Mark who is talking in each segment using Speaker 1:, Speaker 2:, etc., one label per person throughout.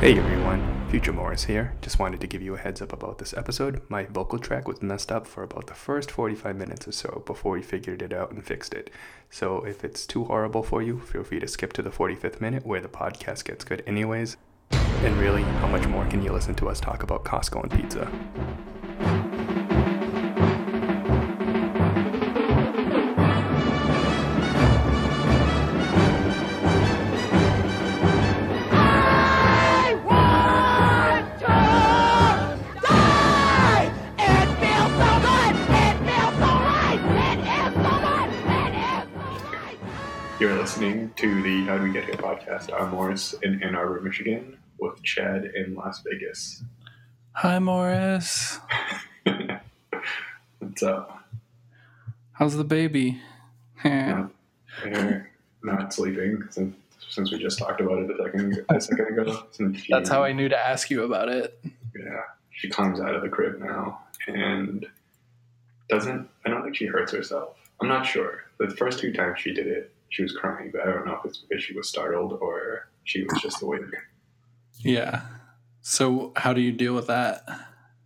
Speaker 1: Hey everyone, Future Morris here. Just wanted to give you a heads up about this episode. My vocal track was messed up for about the first 45 minutes or so before we figured it out and fixed it. So if it's too horrible for you, feel free to skip to the 45th minute where the podcast gets good anyways. And really, how much more can you listen to us talk about Costco and pizza?
Speaker 2: I want to die! It feels so good! It feels so right! It is so good! It is so right!
Speaker 1: You're listening to the How Do We Get Here podcast. I'm Morris in Ann Arbor, Michigan, with Chad in Las Vegas.
Speaker 3: Hi, Morris.
Speaker 1: What's up?
Speaker 3: How's the baby? Eh,
Speaker 1: They're not sleeping since, since we just talked about it a second a second ago. Since she-
Speaker 3: That's how I knew to ask you about it.
Speaker 1: Yeah, she climbs out of the crib now and doesn't. I don't think she hurts herself. I'm not sure. The first two times she did it, she was crying, but I don't know if it's because she was startled or she was just awake.
Speaker 3: Yeah. So, how do you deal with that?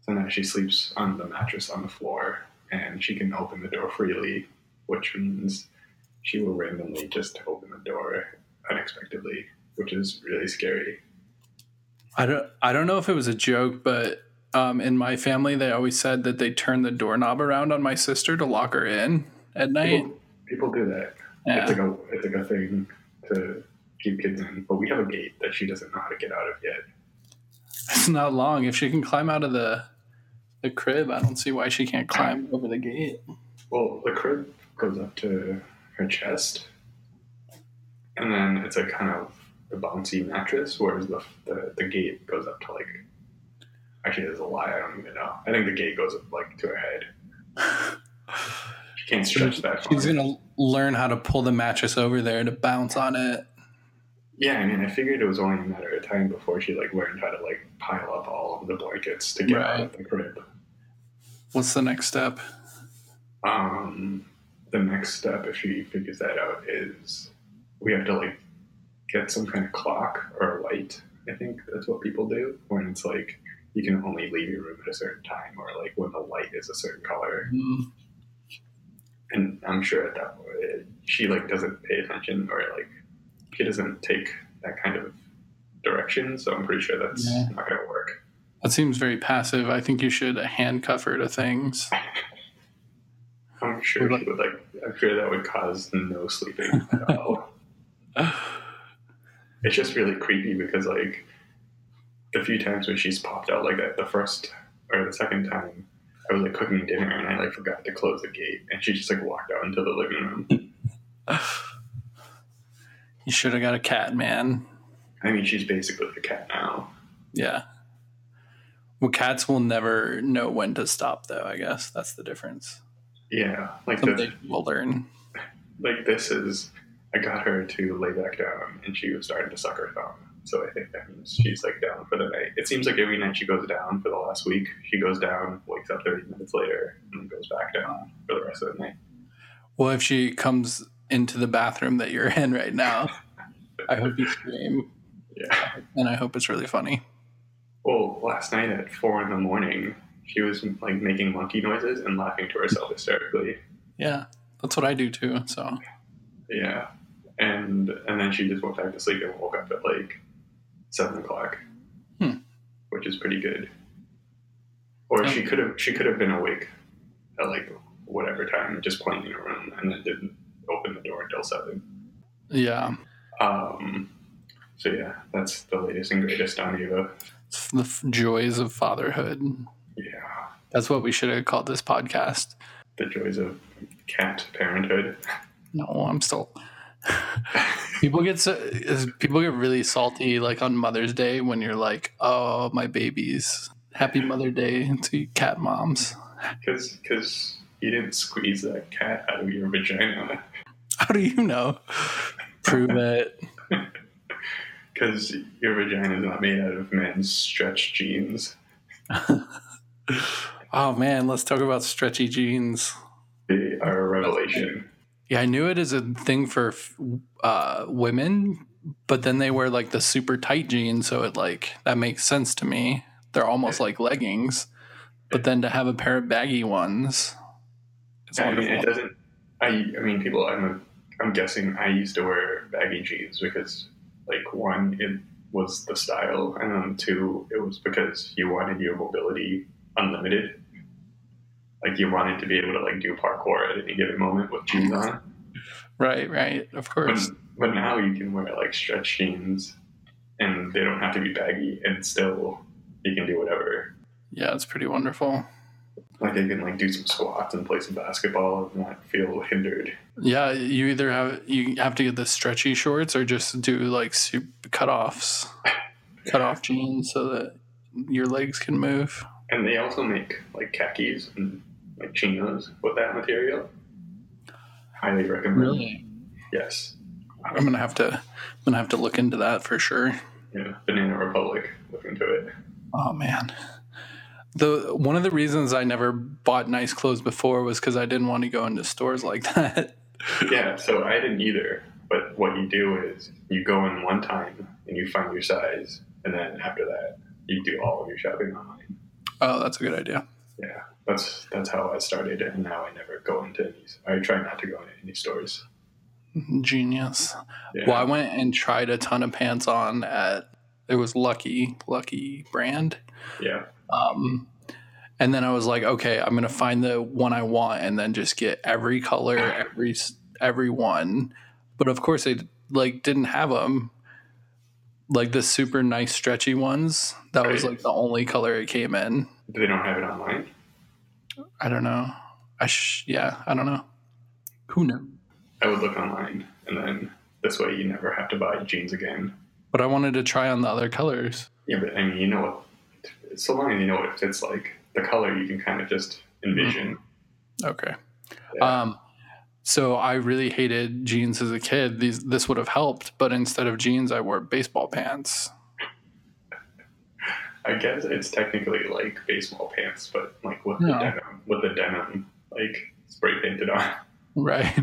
Speaker 1: So now she sleeps on the mattress on the floor, and she can open the door freely, which means she will randomly just open the door unexpectedly, which is really scary.
Speaker 3: I don't. I don't know if it was a joke, but um, in my family, they always said that they turned the doorknob around on my sister to lock her in at night.
Speaker 1: People, people do that.
Speaker 3: Yeah.
Speaker 1: It's like a it's like a thing to keep kids in, but we have a gate that she doesn't know how to get out of yet.
Speaker 3: It's not long. If she can climb out of the the crib, I don't see why she can't climb over the gate.
Speaker 1: Well, the crib goes up to her chest, and then it's a kind of a bouncy mattress, whereas the, the the gate goes up to like. Actually, there's a lie. I don't even know. I think the gate goes up like to her head. She can't stretch that far.
Speaker 3: She's gonna learn how to pull the mattress over there to bounce on it.
Speaker 1: Yeah, I mean, I figured it was only a matter of time before she like learned how to like pile up all of the blankets to get out of the crib.
Speaker 3: What's the next step?
Speaker 1: Um, the next step, if she figures that out, is we have to like get some kind of clock or a light. I think that's what people do when it's like you can only leave your room at a certain time, or like when the light is a certain color.
Speaker 3: Hmm.
Speaker 1: And I'm sure at that point it- she like doesn't pay attention, or like she doesn't take that kind of direction. So I'm pretty sure that's
Speaker 3: Yeah.
Speaker 1: not gonna work.
Speaker 3: That seems very passive. I think you should handcuff her to things.
Speaker 1: I'm sure she would like. I'm sure that would cause no sleeping at all. it's just really creepy because like the few times when she's popped out like that the first or the second time i was like cooking dinner and i like forgot to close the gate and she just like walked out into the living room
Speaker 3: You should have got a cat, man.
Speaker 1: i mean she's basically a cat now
Speaker 3: Yeah. Well, cats will never know when to stop, though. I guess that's the difference.
Speaker 1: yeah like
Speaker 3: Someday
Speaker 1: the,
Speaker 3: we'll learn.
Speaker 1: like this is i got her to lay back down and she was starting to suck her thumb so i think that means she's like down for the night it seems like every night she goes down for the last week she goes down wakes up 30 minutes later and then goes back down for the rest of the night
Speaker 3: Well, if she comes into the bathroom that you're in right now, I hope you scream,
Speaker 1: yeah
Speaker 3: and I hope it's really funny.
Speaker 1: Well, last night at four in the morning, she was like making monkey noises and laughing to herself hysterically.
Speaker 3: Yeah, that's what I do too. So
Speaker 1: Yeah, and and then she just went back to sleep and woke up at like seven o'clock,
Speaker 3: Hmm.
Speaker 1: which is pretty good. Or she could have she could have been awake at like whatever time, just playing in her room, and then didn't open the door until seven.
Speaker 3: yeah,
Speaker 1: Um, so yeah, that's the latest and greatest on Eva.
Speaker 3: it's the f- joys of fatherhood.
Speaker 1: Yeah,
Speaker 3: That's what we should have called this podcast.
Speaker 1: the joys of cat parenthood.
Speaker 3: No, I'm still. people get so is- people get really salty like on Mother's Day when you're like, "Oh, my babies! Happy Mother Day to cat moms."
Speaker 1: Because because you didn't squeeze that cat out of your vagina.
Speaker 3: How do you know? Prove it.
Speaker 1: Because your vagina is not made out of men's stretch jeans.
Speaker 3: Oh man, let's talk about stretchy jeans.
Speaker 1: They are a revelation.
Speaker 3: Yeah, I knew it as a thing for f- uh, women, but then they wear like the super tight jeans, so it like that makes sense to me. They're almost like leggings, but then to have a pair of baggy ones, it's
Speaker 1: I mean, it
Speaker 3: wonderful.
Speaker 1: doesn't. I, I mean, people. I'm, I'm guessing I used to wear baggy jeans because, like, one, it was the style, and then two, it was because you wanted your mobility unlimited. Like, you wanted to be able to like do parkour at any given moment with jeans on.
Speaker 3: Right, right, of
Speaker 1: But,
Speaker 3: course.
Speaker 1: but now you can wear like stretch jeans, and they don't have to be baggy, and still you can do whatever.
Speaker 3: Yeah, it's pretty wonderful.
Speaker 1: Like, I can like do some squats and play some basketball and not feel hindered.
Speaker 3: Yeah, you either have you have to get the stretchy shorts or just do like sup- cutoffs, cutoff jeans so that your legs can move.
Speaker 1: And they also make like khakis and like chinos with that material. Highly recommend. Yes.
Speaker 3: I'm gonna have to I'm gonna have to look into that for sure.
Speaker 1: Yeah. Banana Republic. Look into it.
Speaker 3: Oh man. The one of the reasons I never bought nice clothes before was because I didn't want to go into stores like that.
Speaker 1: Yeah. So I didn't either. But what you do is you go in one time and you find your size, and then after that you do all of your shopping online.
Speaker 3: Oh, that's a good idea.
Speaker 1: Yeah. That's that's how I started, and now I never go into any. I try not to go into any stores.
Speaker 3: Genius.
Speaker 1: Yeah.
Speaker 3: Well, I went and tried a ton of pants on at it was Lucky, Lucky brand.
Speaker 1: Yeah.
Speaker 3: Um, and then I was like, okay, I'm gonna find the one I want, and then just get every color, every s- every one. But of course, they like didn't have them. Like the super nice stretchy ones. That was
Speaker 1: Right.
Speaker 3: like the only color it came in.
Speaker 1: They don't have it online.
Speaker 3: I don't know. I sh- yeah, I don't know. Who knew?
Speaker 1: I would look online, and then this way you never have to buy jeans again.
Speaker 3: But I wanted to try on the other colors.
Speaker 1: Yeah, but I mean, you know what? So long as you know what it fits like, the color you can kind of just envision.
Speaker 3: Okay.
Speaker 1: Yeah.
Speaker 3: Um, so I really hated jeans as a kid. These this would have helped, but instead of jeans, I wore baseball pants.
Speaker 1: I guess it's technically like baseball pants, but like with the
Speaker 3: No.
Speaker 1: denim, with the denim like spray painted on.
Speaker 3: Right.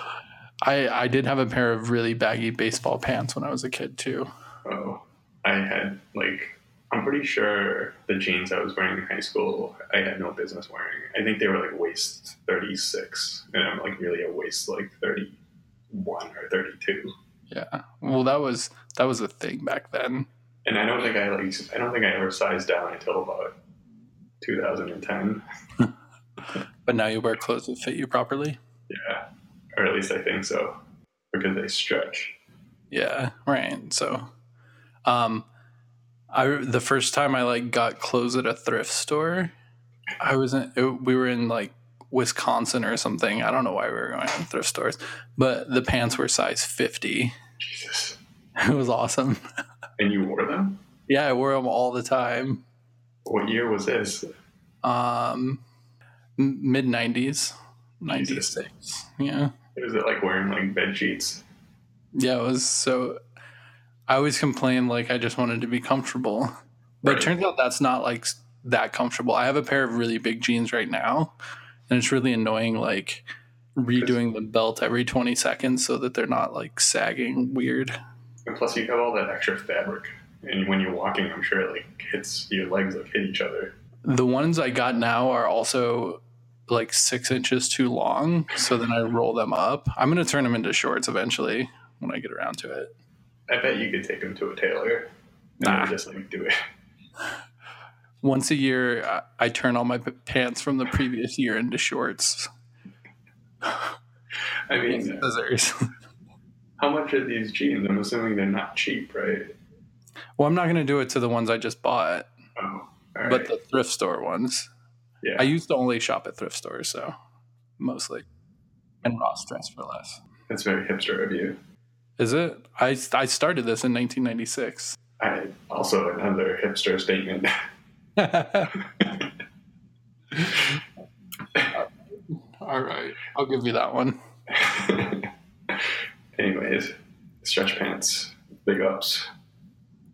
Speaker 3: I I did have a pair of really baggy baseball pants when I was a kid too.
Speaker 1: Oh, I had like I'm pretty sure the jeans I was wearing in high school I had no business wearing. I think they were like waist 36, and I'm like really a waist like 31 or 32.
Speaker 3: Yeah. Well, that was that was a thing back then.
Speaker 1: And I don't think I like I don't think I ever sized down until about 2010.
Speaker 3: But now you wear clothes that fit you properly.
Speaker 1: Yeah, or at least I think so, because they stretch.
Speaker 3: Yeah. Right. So, um, I the first time I like got clothes at a thrift store, I was in it, we were in like Wisconsin or something. I don't know why we were going to thrift stores, but the pants were size fifty.
Speaker 1: Jesus.
Speaker 3: It was awesome.
Speaker 1: And you wore them?
Speaker 3: Yeah, I wore them all the time.
Speaker 1: What year was this?
Speaker 3: um mid 90s 96 yeah
Speaker 1: Was it like wearing like bed sheets?
Speaker 3: yeah it was so i always complained like i just wanted to be comfortable but
Speaker 1: Right.
Speaker 3: it turns out that's not like s- that comfortable i have a pair of really big jeans right now and it's really annoying like redoing the belt every 20 seconds so that they're not like sagging weird
Speaker 1: And plus, you have all that extra fabric, and when you're walking, I'm sure it like hits your legs like hit each other.
Speaker 3: the ones i got now are also like six inches too long so then i roll them up i'm going to turn them into shorts eventually when i get around to it
Speaker 1: I bet you could take them to a tailor and
Speaker 3: Nah.
Speaker 1: then just like do it.
Speaker 3: once a year I, I turn all my p- pants from the previous year into shorts
Speaker 1: I
Speaker 3: and
Speaker 1: mean,
Speaker 3: scissors
Speaker 1: how much are these jeans? I'm assuming they're not cheap, right?
Speaker 3: well i'm not going to do it to the ones i just bought
Speaker 1: Oh, all right.
Speaker 3: but the thrift store ones
Speaker 1: yeah.
Speaker 3: i used to only shop at thrift stores so mostly and ross dress for less
Speaker 1: That's very hipster of you.
Speaker 3: is it i, I started this in 1996
Speaker 1: I also another hipster statement.
Speaker 3: all right i'll give you that one
Speaker 1: Anyways, stretch pants, big ups.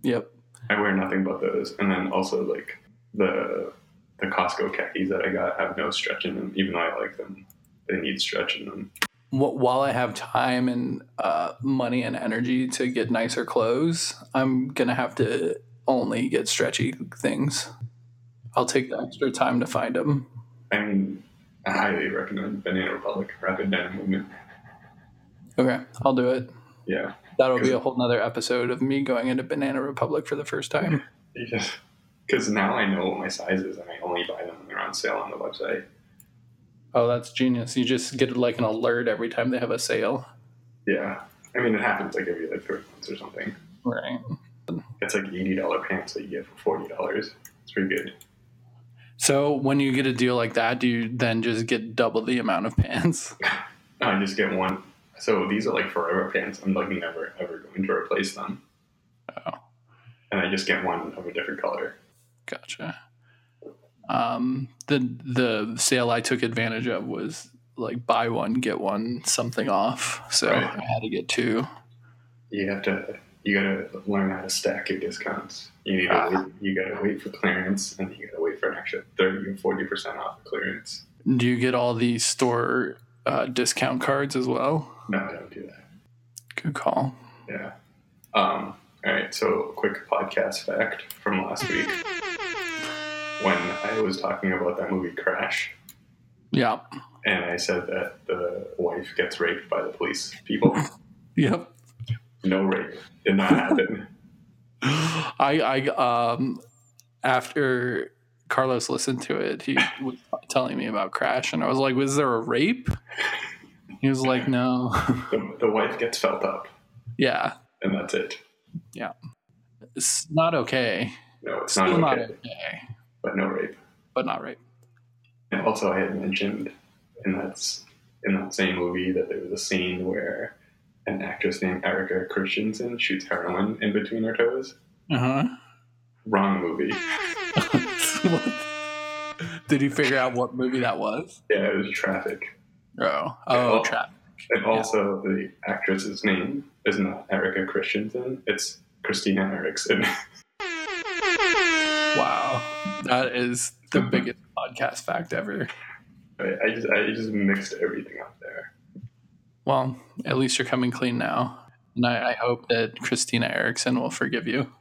Speaker 3: yep
Speaker 1: I wear nothing but those, and then also like the the Costco khakis that I got have no stretch in them, even though I like them. They need stretch in them.
Speaker 3: wh- while I have time and uh, money and energy to get nicer clothes, I'm gonna have to only get stretchy things. I'll take the extra time to find them.
Speaker 1: I mean, I highly recommend Banana Republic Rapid Denim Movement.
Speaker 3: Okay, I'll do it.
Speaker 1: Yeah.
Speaker 3: That'll be a whole nother episode of me going into Banana Republic for the first time.
Speaker 1: Because now I know what my size is and I only buy them when they're on sale on the website.
Speaker 3: Oh, that's genius. You just get like an alert every time they have a sale.
Speaker 1: Yeah. I mean, it happens like every like three months or something.
Speaker 3: Right.
Speaker 1: It's like $80 pants that you get for $40. It's pretty good.
Speaker 3: So when you get a deal like that, do you then just get double the amount of pants?
Speaker 1: I just get one. So these are like forever pants. I'm like never ever going to replace them.
Speaker 3: Oh.
Speaker 1: And I just get one of a different color.
Speaker 3: Gotcha. Um, the the sale I took advantage of was like buy one get one something off. So
Speaker 1: Right.
Speaker 3: I had to get two.
Speaker 1: You have to. You gotta learn how to stack your discounts. You need to
Speaker 3: Ah.
Speaker 1: wait, you gotta wait for clearance, and you gotta wait for an extra thirty or forty percent off of clearance.
Speaker 3: Do you get all the store uh, discount cards as well?
Speaker 1: No, I don't do that.
Speaker 3: Good call.
Speaker 1: Yeah. Um, all right. So, quick podcast fact from last week when I was talking about that movie Crash,
Speaker 3: Yeah.
Speaker 1: and I said that the wife gets raped by the police people.
Speaker 3: Yep.
Speaker 1: No rape did not happen.
Speaker 3: I I um after Carlos listened to it, he was telling me about Crash, and I was like, "Was there a rape?" He was like, "No."
Speaker 1: the, the wife gets felt up,
Speaker 3: yeah,
Speaker 1: and that's it.
Speaker 3: it's not okay.
Speaker 1: No, it's
Speaker 3: Still
Speaker 1: not
Speaker 3: not
Speaker 1: okay,
Speaker 3: okay,
Speaker 1: but no rape.
Speaker 3: but not rape.
Speaker 1: And also, I had mentioned in that s- in that same movie that there was a scene where an actress named Erica Christensen shoots heroin in between her toes.
Speaker 3: Uh
Speaker 1: Wrong movie.
Speaker 3: huh. Did you figure out what movie that was?
Speaker 1: Yeah, it was Traffic.
Speaker 3: Oh,
Speaker 1: Well-
Speaker 3: oh, trap.
Speaker 1: And also, the actress's name is not Erica Christensen; it's Christina Erickson.
Speaker 3: Wow, that is the
Speaker 1: Mhm.
Speaker 3: biggest podcast fact ever.
Speaker 1: I I just I just mixed everything up there.
Speaker 3: Well, at least you're coming clean now, and I, I hope that Christina Erickson will forgive you.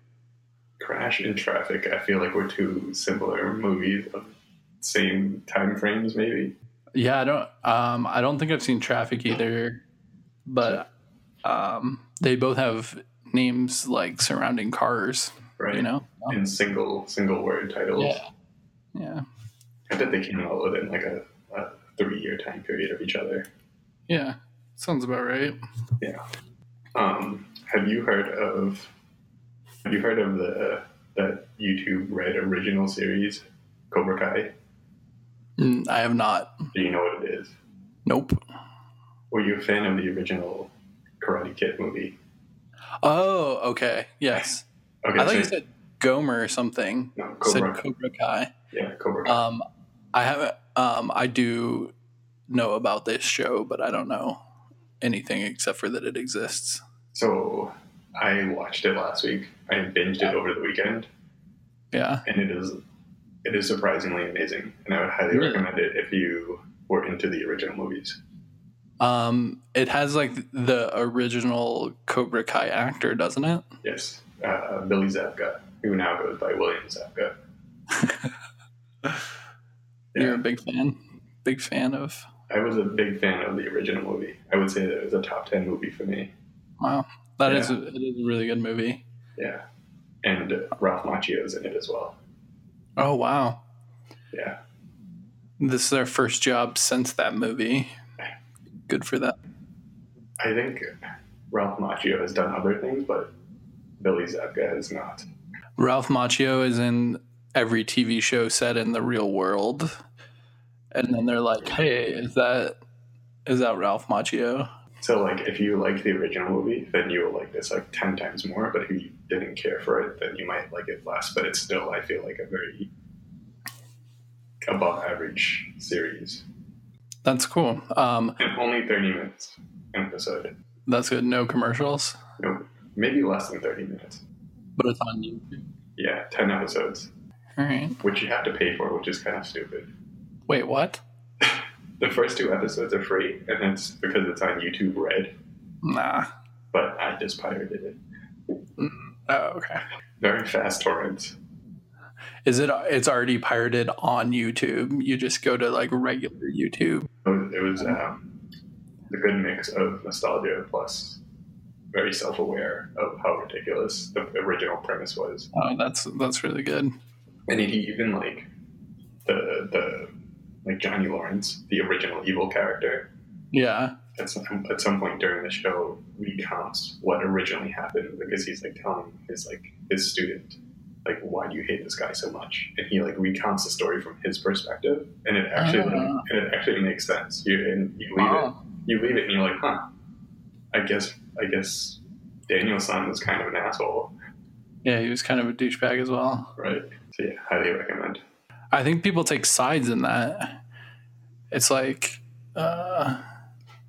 Speaker 1: Crash and Traffic. I feel like were two similar movies of same time frames, maybe.
Speaker 3: Yeah, I don't. Um, I don't think I've seen Traffic either, but um, they both have names like surrounding cars.
Speaker 1: Right.
Speaker 3: You know.
Speaker 1: In single single word titles.
Speaker 3: Yeah. Yeah.
Speaker 1: I bet they came out within like a, a three year time period of each other.
Speaker 3: Yeah. Sounds about right.
Speaker 1: Yeah. Um, have you heard of Have you heard of the that YouTube Red original series Cobra Kai?
Speaker 3: Mm, I have not.
Speaker 1: Do you know what it is?
Speaker 3: Nope.
Speaker 1: Were you a fan of the original Karate Kid movie?
Speaker 3: Oh, okay. Yes.
Speaker 1: Okay,
Speaker 3: I thought you
Speaker 1: so-
Speaker 3: said Gomer or something.
Speaker 1: no, Cobra.
Speaker 3: Said Cobra Kai.
Speaker 1: yeah, Cobra. Kai.
Speaker 3: Um, I haven't. Um, I do know about this show, but I don't know anything except for that it exists.
Speaker 1: so I watched it last week. I binged it over the weekend,
Speaker 3: Yeah.
Speaker 1: and it is it is surprisingly amazing. And I would highly
Speaker 3: Really?
Speaker 1: recommend it if you were into the original movies.
Speaker 3: Um, it has like the original Cobra Kai actor, doesn't it?
Speaker 1: Yes, uh, Billy Zabka, who now goes by William Zabka. Yeah.
Speaker 3: You're a big fan, big fan of.
Speaker 1: I was a big fan of the original movie. I would say that it was a top 10 movie for me.
Speaker 3: Wow, that is
Speaker 1: Yeah.
Speaker 3: a, it is a really good movie.
Speaker 1: Yeah. And uh, Ralph Macchio's in it as well.
Speaker 3: Oh wow,
Speaker 1: Yeah.
Speaker 3: this is our first job since that movie. Good for that.
Speaker 1: I think Ralph Macchio has done other things, but Billy Zabka has not.
Speaker 3: Ralph Macchio is in every TV show set in the real world, and then they're like, "Hey, is that is that Ralph Macchio?"
Speaker 1: So, like, if you like the original movie, then you will like this like 10 times more. But if you didn't care for it, then you might like it less. But it's still, I feel like, a very above average series.
Speaker 3: That's cool. Um,
Speaker 1: And only 30 minutes an episode.
Speaker 3: that's good. No commercials,
Speaker 1: No, maybe less than 30 minutes.
Speaker 3: but it's on YouTube.
Speaker 1: Yeah, 10 episodes,
Speaker 3: All right.
Speaker 1: which you have to pay for, which is kind of stupid.
Speaker 3: Wait, what?
Speaker 1: The first two episodes are free, and that's because it's on YouTube Red.
Speaker 3: Nah.
Speaker 1: But I just pirated it.
Speaker 3: Oh, okay.
Speaker 1: Very fast torrents.
Speaker 3: Is it? It's already pirated on YouTube. You just go to like regular YouTube.
Speaker 1: It was, it was um, a good mix of nostalgia plus very self-aware of how ridiculous the original premise was.
Speaker 3: Oh, that's that's really good.
Speaker 1: And it even like the the like Johnny Lawrence, the original evil character,
Speaker 3: Yeah.
Speaker 1: at some at some point during the show recounts what originally happened because he's like telling his like his student like why do you hate this guy so much and he like recounts the story from his perspective and it actually like,
Speaker 3: Ah.
Speaker 1: and it actually makes sense you and you leave it
Speaker 3: Wow.
Speaker 1: you leave it and you're like huh I guess I guess Danielson was kind of an asshole
Speaker 3: Yeah, he was kind of a douchebag as well.
Speaker 1: right so yeah highly recommend
Speaker 3: I think people take sides in that. It's like uh,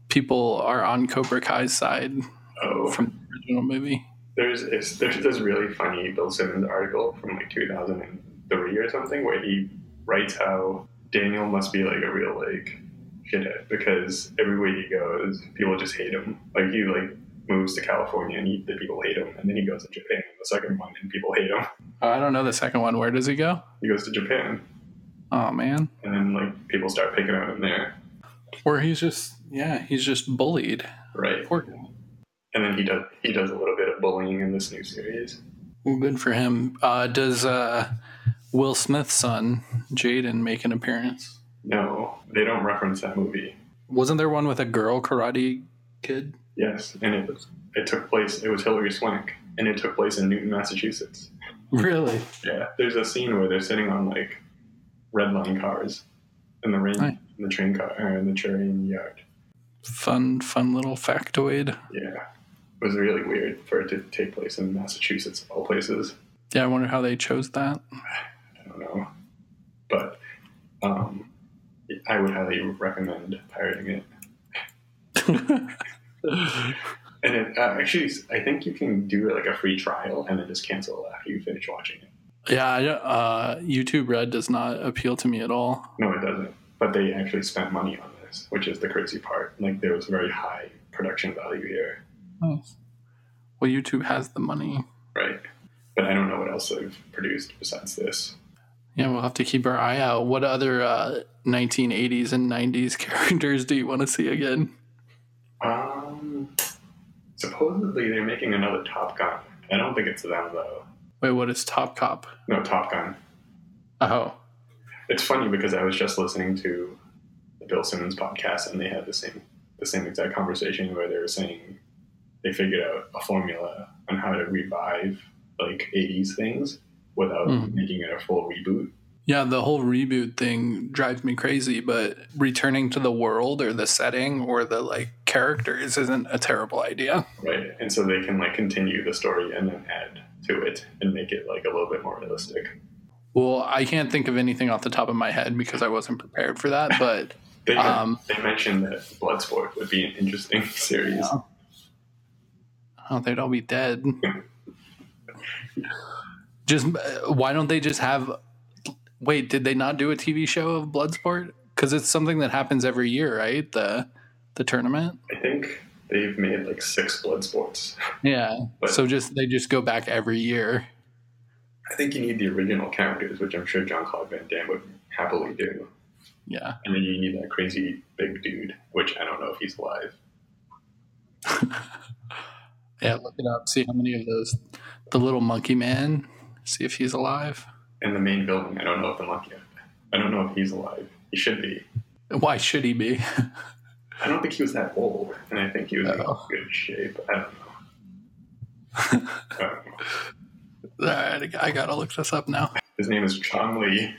Speaker 3: people are on Cobra Kai's side
Speaker 1: oh
Speaker 3: from the original movie.
Speaker 1: there's it's, there's this really funny Bill Simmons article from like 2003 or something where he writes how Daniel must be like a real like shithead because everywhere he goes, people just hate him. Like he like moves to California and he, the people hate him, and then he goes to Japan in the second one and people hate him.
Speaker 3: Oh, I don't know the second one. Where does he go?
Speaker 1: He goes to Japan
Speaker 3: Oh man,
Speaker 1: and then like people start picking on him there,
Speaker 3: where he's just yeah, he's just bullied.
Speaker 1: right?
Speaker 3: Poor guy.
Speaker 1: And then he does he does a little bit of bullying in this new series.
Speaker 3: Well, good for him. Uh, does uh, Will Smith's son Jaden make an appearance?
Speaker 1: No, they don't reference that movie.
Speaker 3: Wasn't there one with a girl karate kid?
Speaker 1: Yes, and it it took place. It was Hillary Swank, and it took place in Newton, Massachusetts.
Speaker 3: Really?
Speaker 1: Yeah, there's a scene where they're sitting on like red line cars in the rain,
Speaker 3: Right.
Speaker 1: in the train car, or in the train yard.
Speaker 3: Fun, fun little factoid.
Speaker 1: Yeah, it was really weird for it to take place in Massachusetts, of all places.
Speaker 3: Yeah, I wonder how they chose that.
Speaker 1: I don't know, but um, I would highly recommend pirating it. And it, uh, actually, I think you can do like a free trial and then just cancel after you finish watching it.
Speaker 3: yeah, I, don't- uh, YouTube Red does not appeal to me at all.
Speaker 1: No, it doesn't. But they actually spent money on this, which is the crazy part. Like there was very high production value here,
Speaker 3: Nice. Well, YouTube has the money.
Speaker 1: right? But I don't know what else they've produced besides this.
Speaker 3: Yeah, we'll have to keep our eye out. What other uh, 1980s and 90s characters do you want to see again?
Speaker 1: Um, supposedly they're making another Top Gun. I don't think it's them though.
Speaker 3: Wait, what is Top Cop?
Speaker 1: No, Top Gun.
Speaker 3: Oh,
Speaker 1: It's funny because I was just listening to the Bill Simmons podcast, and they had the same the same exact conversation where they were saying they figured out a formula on how to revive like '80s things without
Speaker 3: Mhm.
Speaker 1: making it a full reboot.
Speaker 3: Yeah, the whole reboot thing drives me crazy, but returning to the world or the setting or the like characters isn't a terrible idea.
Speaker 1: Right. And so they can like continue the story and then add to it and make it like a little bit more realistic.
Speaker 3: Well, I can't think of anything off the top of my head because I wasn't prepared for that, but
Speaker 1: They,
Speaker 3: Um,
Speaker 1: they mentioned that Bloodsport would be an interesting series.
Speaker 3: oh, they'd all be dead. Just uh, why don't they just have Wait, did they not do a TV show of Bloodsport? Cuz it's something that happens every year, right? The the tournament?
Speaker 1: I think they've made like six Bloodsports.
Speaker 3: Yeah.
Speaker 1: But-
Speaker 3: So just they just go back every year.
Speaker 1: I think you need the original characters, which I'm sure John Claude Van Damme would happily do.
Speaker 3: Yeah.
Speaker 1: And then you need that crazy big dude, which I don't know if he's alive.
Speaker 3: Yeah, look it up. See how many of those. The little monkey man. See if he's alive.
Speaker 1: And the main villain, I don't know if the monkey. I don't know if he's alive. He should be.
Speaker 3: Why should he be?
Speaker 1: I don't think he was that old, and I think he was in
Speaker 3: Uh-oh.
Speaker 1: good shape. I don't know. I don't know.
Speaker 3: All right, I gotta look this up now.
Speaker 1: His name is Chong Lee.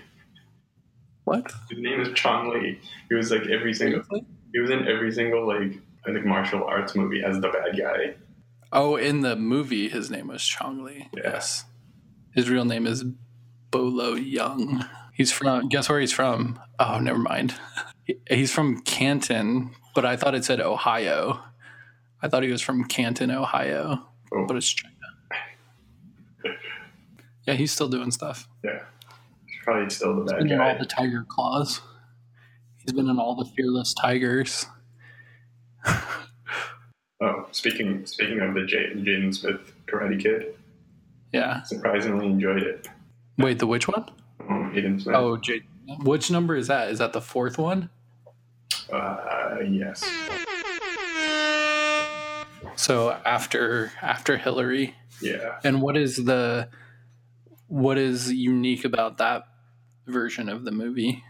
Speaker 3: What?
Speaker 1: His name is Chong Lee. He was like every single.
Speaker 3: Seriously?
Speaker 1: He was in every single like I think martial arts movie as the bad guy.
Speaker 3: Oh, in the movie, his name was Chong Li.
Speaker 1: Yeah.
Speaker 3: Yes. His real name is Bolo Young. He's from. Guess where he's from? Oh, never mind. He- He's from Canton, but I thought it said Ohio. I thought he was from Canton, Ohio,
Speaker 1: Oh.
Speaker 3: but it's China. Yeah, he's still doing stuff.
Speaker 1: Yeah, he's probably still the bad
Speaker 3: And all
Speaker 1: guy.
Speaker 3: the tiger claws. He's been in all the Fearless Tigers.
Speaker 1: Oh, speaking speaking of the J- Jaden Smith Karate Kid,
Speaker 3: Yeah.
Speaker 1: surprisingly enjoyed it.
Speaker 3: Wait, the which one?
Speaker 1: Um, Jaden Smith.
Speaker 3: Oh, J- which number is that? Is that the fourth one?
Speaker 1: Uh, yes.
Speaker 3: So after after Hillary,
Speaker 1: Yeah.
Speaker 3: and what is the what is unique about that version of the movie?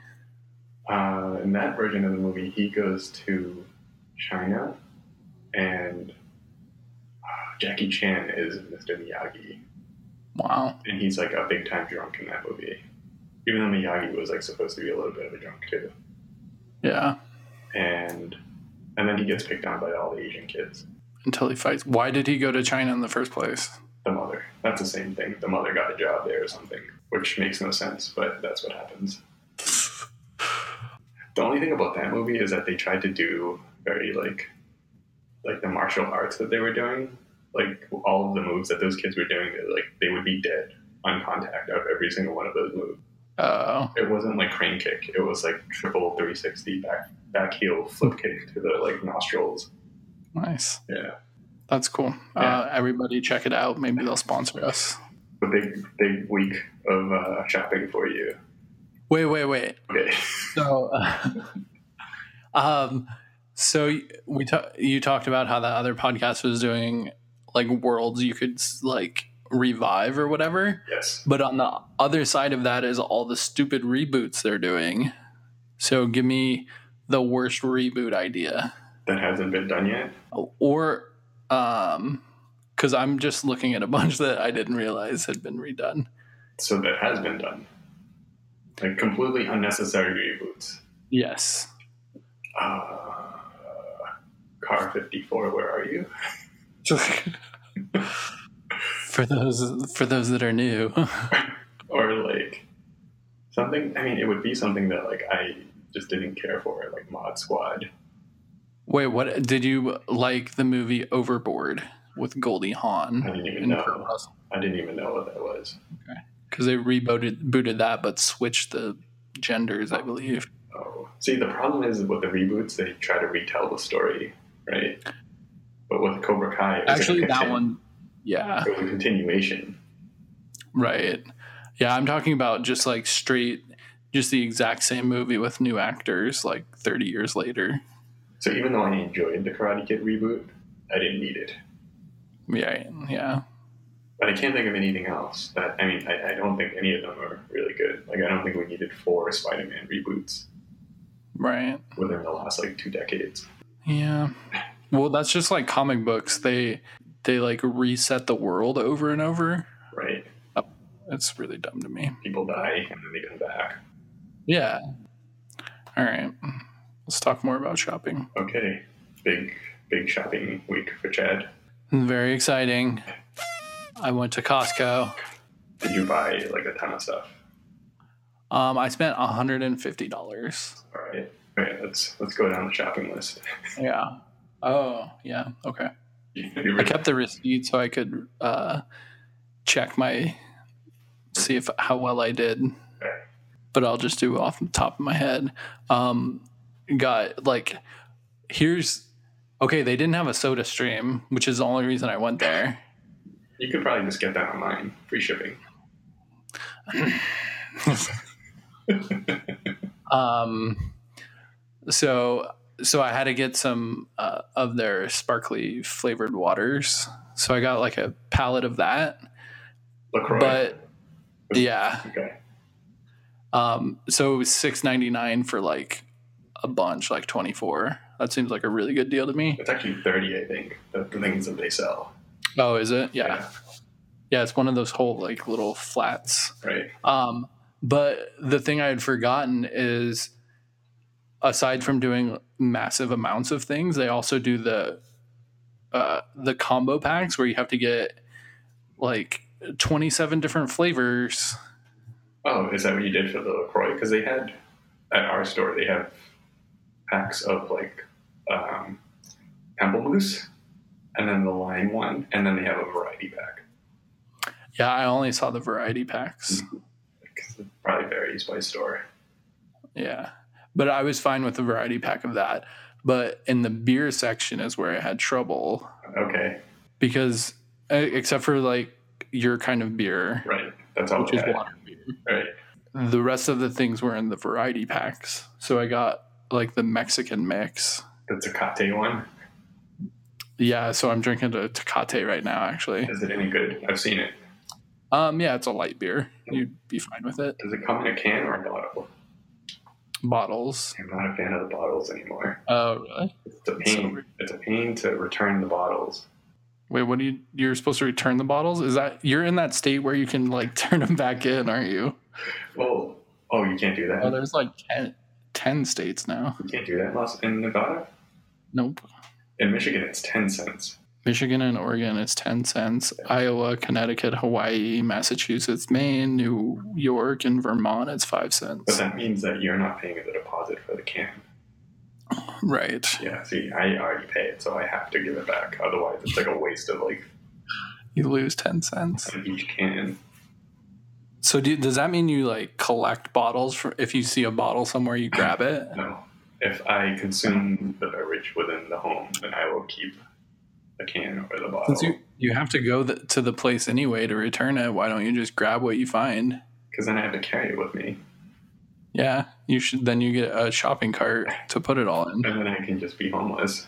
Speaker 1: Uh, in that version of the movie, he goes to China, and uh, Jackie Chan is Mr. Miyagi,
Speaker 3: Wow.
Speaker 1: and he's like a big time drunk in that movie. Even though Miyagi was like supposed to be a little bit of a drunk too,
Speaker 3: Yeah.
Speaker 1: and and then he gets picked on by all the Asian kids.
Speaker 3: Until he fights. Why did he go to China in the first place?
Speaker 1: The mother. That's the same thing. The mother got a job there or something, which makes no sense, but that's what happens. The only thing about that movie is that they tried to do very like like the martial arts that they were doing. Like all of the moves that those kids were doing, they- like they would be dead on contact of every single one of those moves.
Speaker 3: Oh,
Speaker 1: It wasn't like crane kick. It was like triple 360 back back heel flip kick to the like nostrils.
Speaker 3: nice.
Speaker 1: Yeah.
Speaker 3: That's cool. Uh,
Speaker 1: Yeah.
Speaker 3: everybody, check it out. Maybe they'll sponsor us.
Speaker 1: A big big week of uh, shopping for you.
Speaker 3: Wait, wait, wait.
Speaker 1: Okay.
Speaker 3: So, uh, um, so we ta- you talked about how that other podcast was doing like worlds you could like revive or whatever.
Speaker 1: Yes.
Speaker 3: But on the other side of that is all the stupid reboots they're doing. So give me the worst reboot idea.
Speaker 1: That hasn't been done yet.
Speaker 3: Or um cuz I'm just looking at a bunch that I didn't realize had been redone.
Speaker 1: So that has been done. Like completely unnecessary reboots.
Speaker 3: Yes.
Speaker 1: Uh, Car 54, where are you?
Speaker 3: for those for those that are new.
Speaker 1: Or like something, I mean, it would be something that like I just didn't care for, like Mod Squad.
Speaker 3: Wait, what did you like the movie Overboard with Goldie Hawn
Speaker 1: I didn't even
Speaker 3: and
Speaker 1: know.
Speaker 3: Kurt Russell?
Speaker 1: I didn't even know what that was.
Speaker 3: Cuz they rebooted booted that but switched the genders, I believe.
Speaker 1: Oh. See, the problem is with the reboots, they try to retell the story, right? But with Cobra Kai, it was
Speaker 3: Actually
Speaker 1: a
Speaker 3: that
Speaker 1: continu-
Speaker 3: one yeah.
Speaker 1: It was a continuation.
Speaker 3: Right. Yeah, I'm talking about just like straight, just the exact same movie with new actors like 30 years later.
Speaker 1: So even though I enjoyed the Karate Kid reboot, I didn't need it.
Speaker 3: Yeah. Yeah.
Speaker 1: But I can't think of anything else that I mean. I, I don't think any of them are really good. Like I don't think we needed four Spider-Man reboots
Speaker 3: Right.
Speaker 1: within the last like two decades.
Speaker 3: Yeah. Well, that's just like comic books. They, they like reset the world over and over.
Speaker 1: Right?
Speaker 3: It's really dumb to me.
Speaker 1: People die and then they come back.
Speaker 3: Yeah. All right. Let's talk more about shopping.
Speaker 1: Okay, big big shopping week for Chad.
Speaker 3: Very exciting. I went to Costco.
Speaker 1: Did you buy like a ton of stuff?
Speaker 3: Um, I spent $150.
Speaker 1: All right. All right. Let's let's go down the shopping list.
Speaker 3: Yeah. Oh, yeah. Okay.
Speaker 1: You
Speaker 3: I
Speaker 1: really-
Speaker 3: kept the receipt so I could uh, check my see if how well I did. But I'll just do off the top of my head. Um, got like here's okay. They didn't have a Soda Stream, which is the only reason I went there.
Speaker 1: you could probably just get that online, free shipping.
Speaker 3: Um, so so I had to get some uh, of their sparkly flavored waters. So I got like a pallet of that,
Speaker 1: Lacroix.
Speaker 3: but yeah.
Speaker 1: okay.
Speaker 3: Um, so it was six ninety nine for like a bunch, like twenty four. That seems like a really good deal to me.
Speaker 1: It's actually thirty, I think. The, the things that they sell.
Speaker 3: Oh, is it? Yeah, yeah. It's one of those whole like little flats.
Speaker 1: Right.
Speaker 3: Um, but the thing I had forgotten is, aside from doing massive amounts of things, they also do the uh, the combo packs where you have to get like twenty seven different flavors.
Speaker 1: Oh, is that what you did for the LaCroix? Because they had at our store they have packs of like um, pamplemousse, and then the lime one, and then they have a variety pack.
Speaker 3: Yeah, I only saw the variety packs.
Speaker 1: 'Cause it probably varies by store.
Speaker 3: Yeah. But I was fine with the variety pack of that. But in the beer section is where I had trouble
Speaker 1: Okay,
Speaker 3: because, uh, except for like your kind of beer,
Speaker 1: right. That's all.
Speaker 3: which
Speaker 1: I
Speaker 3: is
Speaker 1: had.
Speaker 3: water beer,
Speaker 1: Right.
Speaker 3: the rest of the things were in the variety packs. So I got like the Mexican mix.
Speaker 1: That's a Tecate one.
Speaker 3: Yeah, so I'm drinking a Tecate right now, actually.
Speaker 1: Is it any good? I've seen it.
Speaker 3: Um, yeah, it's a light beer. You'd be fine with it.
Speaker 1: Does it come in a can or a bottle?
Speaker 3: Bottles.
Speaker 1: I'm not a fan of the bottles anymore.
Speaker 3: Oh, really?
Speaker 1: It's a pain.
Speaker 3: weird.
Speaker 1: it's a pain to return the bottles.
Speaker 3: Wait, what do you? You're supposed to return the bottles? Is that you're in that state where you can like turn them back in, aren't you?
Speaker 1: Well, oh, you can't do that.
Speaker 3: Oh, there's like 10, 10 states now.
Speaker 1: you can't do that in Los- in Nevada.
Speaker 3: Nope.
Speaker 1: In Michigan, it's ten cents.
Speaker 3: Michigan and Oregon, it's ten cents. Iowa, Connecticut, Hawaii, Massachusetts, Maine, New York, and Vermont, it's five
Speaker 1: But
Speaker 3: cents.
Speaker 1: that means that you're not paying the deposit for the can.
Speaker 3: Right.
Speaker 1: Yeah, see, I already paid, so I have to give it back. Otherwise, it's like a waste of like
Speaker 3: You lose ten cents.
Speaker 1: each can.
Speaker 3: So do, does that mean you like collect bottles? For, if you see a bottle somewhere, you grab it.
Speaker 1: No. If I consume the beverage within the home, then I will keep the can or the bottle.
Speaker 3: Since you, you have to go th- to the place anyway to return it, why don't you just grab what you find?
Speaker 1: Because then I have to carry it with me.
Speaker 3: Yeah, you should. Then you get a shopping cart to put it all in.
Speaker 1: And then I can just be homeless.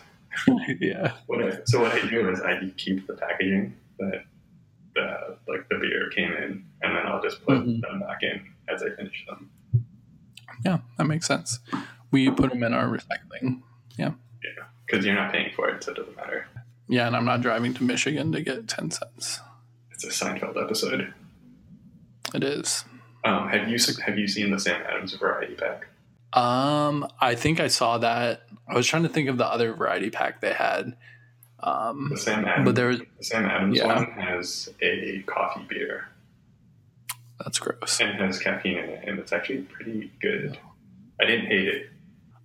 Speaker 3: yeah.
Speaker 1: What I, so what I do is I keep the packaging that the, like the beer came in, and then I'll just put
Speaker 3: Mhm.
Speaker 1: them back in as I finish them.
Speaker 3: Yeah, that makes sense. We put them in our recycling.
Speaker 1: Because you're not paying for it, so it doesn't matter.
Speaker 3: Yeah, and I'm not driving to Michigan to get 10 cents.
Speaker 1: It's a Seinfeld episode.
Speaker 3: It is.
Speaker 1: Um, have you have you seen the Sam Adams variety pack?
Speaker 3: Um, I think I saw that. I was trying to think of the other variety pack they had. Um,
Speaker 1: The Sam Adams,
Speaker 3: but there,
Speaker 1: the Sam Adams
Speaker 3: Yeah.
Speaker 1: one has a coffee beer
Speaker 3: that's gross.
Speaker 1: and it has caffeine in it, and it's actually pretty good. I didn't hate it.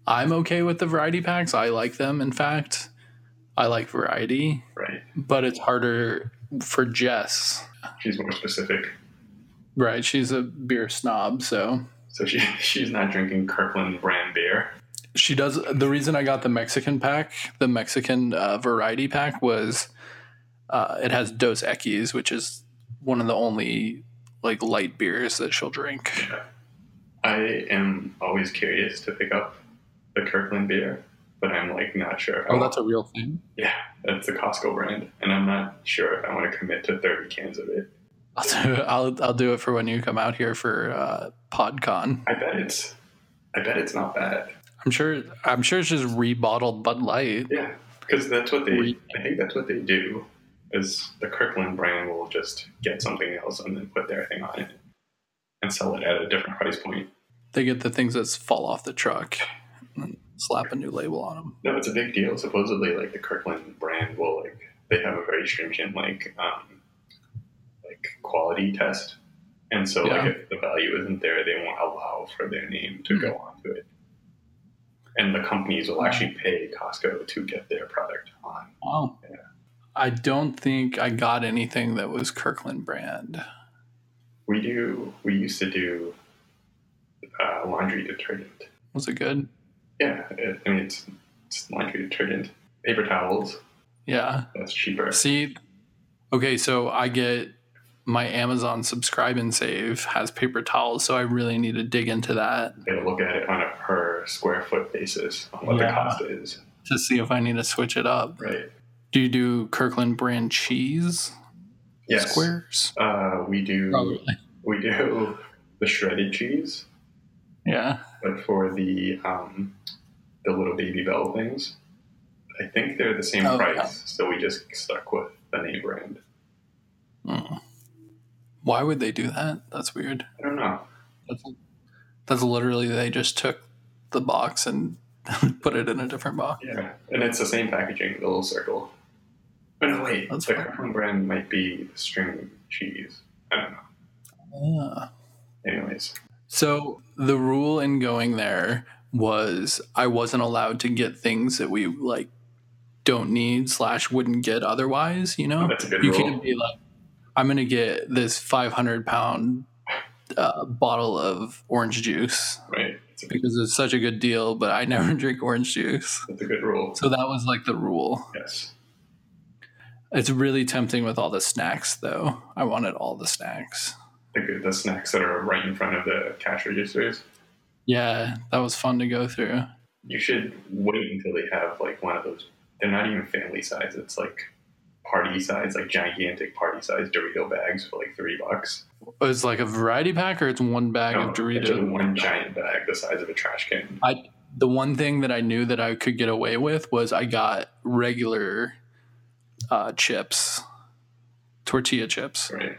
Speaker 3: I'm okay with the variety packs. I like them. In fact, I like variety,
Speaker 1: Right?
Speaker 3: but it's harder for Jess.
Speaker 1: She's more specific,
Speaker 3: Right, she's a beer snob, so
Speaker 1: so she she's not drinking Kirkland brand beer.
Speaker 3: she does. The reason I got the Mexican pack, the Mexican uh, variety pack, was uh, it has Dos Equis, which is one of the only like light beers that she'll drink.
Speaker 1: I am always curious to pick up the Kirkland beer, but I'm like not sure. if I
Speaker 3: Oh,
Speaker 1: want-
Speaker 3: that's a real thing.
Speaker 1: yeah, that's the Costco brand, and I'm not sure if I want to commit to 30 cans of it.
Speaker 3: I'll do it. I'll, I'll do it for when you come out here for uh, PodCon.
Speaker 1: I bet it's I bet it's not bad.
Speaker 3: I'm sure. I'm sure it's just rebottled Bud Light.
Speaker 1: Yeah, because that's what they.
Speaker 3: Re-
Speaker 1: I think that's what they do. Is the Kirkland brand will just get something else and then put their thing on it and sell it at a different price point.
Speaker 3: They get the things that fall off the truck and slap a new label on them.
Speaker 1: No, it's a big deal. Supposedly, like the Kirkland brand will like they have a very stringent like um like quality test, and so
Speaker 3: Yeah.
Speaker 1: like if the value isn't there, they won't allow for their name to go onto it. And the companies will actually pay Costco to get their product on.
Speaker 3: Wow. I don't think I got anything that was Kirkland brand.
Speaker 1: We do. We used to do uh, laundry detergent.
Speaker 3: Was it good?
Speaker 1: Yeah, it, I mean it's, it's laundry detergent, paper towels.
Speaker 3: Yeah.
Speaker 1: That's cheaper.
Speaker 3: See, okay, so I get my Amazon subscribe and save has paper towels, so I really need to dig into that
Speaker 1: They look at it on a per square foot basis on what the
Speaker 3: Yeah.
Speaker 1: cost is.
Speaker 3: to see if I need to switch it up.
Speaker 1: Right.
Speaker 3: Do you do Kirkland brand cheese
Speaker 1: Yes.
Speaker 3: squares?
Speaker 1: Uh, we do. We do the shredded cheese,
Speaker 3: Yeah.
Speaker 1: but for the um, the little baby bell things, I think they're the same
Speaker 3: Oh,
Speaker 1: price.
Speaker 3: yeah.
Speaker 1: So we just stuck with the name brand.
Speaker 3: Mm. Why would they do that? That's weird.
Speaker 1: I don't know.
Speaker 3: That's, that's literally they just took the box and put it in a different box.
Speaker 1: Yeah, and it's the same packaging, the little circle. But no, wait,
Speaker 3: That's
Speaker 1: the
Speaker 3: fine.
Speaker 1: Kirkland brand might be string cheese. I don't know.
Speaker 3: Yeah.
Speaker 1: Anyways,
Speaker 3: So the rule in going there was I wasn't allowed to get things that we like don't need slash wouldn't get otherwise. You know,
Speaker 1: Oh, That's a good
Speaker 3: you
Speaker 1: rule.
Speaker 3: can't be like, I'm gonna get this 500 pound uh, bottle of orange juice
Speaker 1: right?
Speaker 3: because it's such a good deal, but I never drink orange juice.
Speaker 1: That's a good rule.
Speaker 3: So that was like the rule.
Speaker 1: Yes.
Speaker 3: It's really tempting with all the snacks, though. I wanted all the snacks.
Speaker 1: The, good- the snacks that are right in front of the cash registers.
Speaker 3: Yeah, that was fun to go through.
Speaker 1: You should wait until they have like one of those. They're not even family size. It's like party size, like gigantic party size Dorito bags for like three bucks.
Speaker 3: It was like a variety pack, or it's one bag
Speaker 1: No,
Speaker 3: of
Speaker 1: it's just
Speaker 3: Doritos.
Speaker 1: one giant bag the size of a trash can.
Speaker 3: I the one thing that I knew that I could get away with was I got regular uh, chips, tortilla chips.
Speaker 1: Right.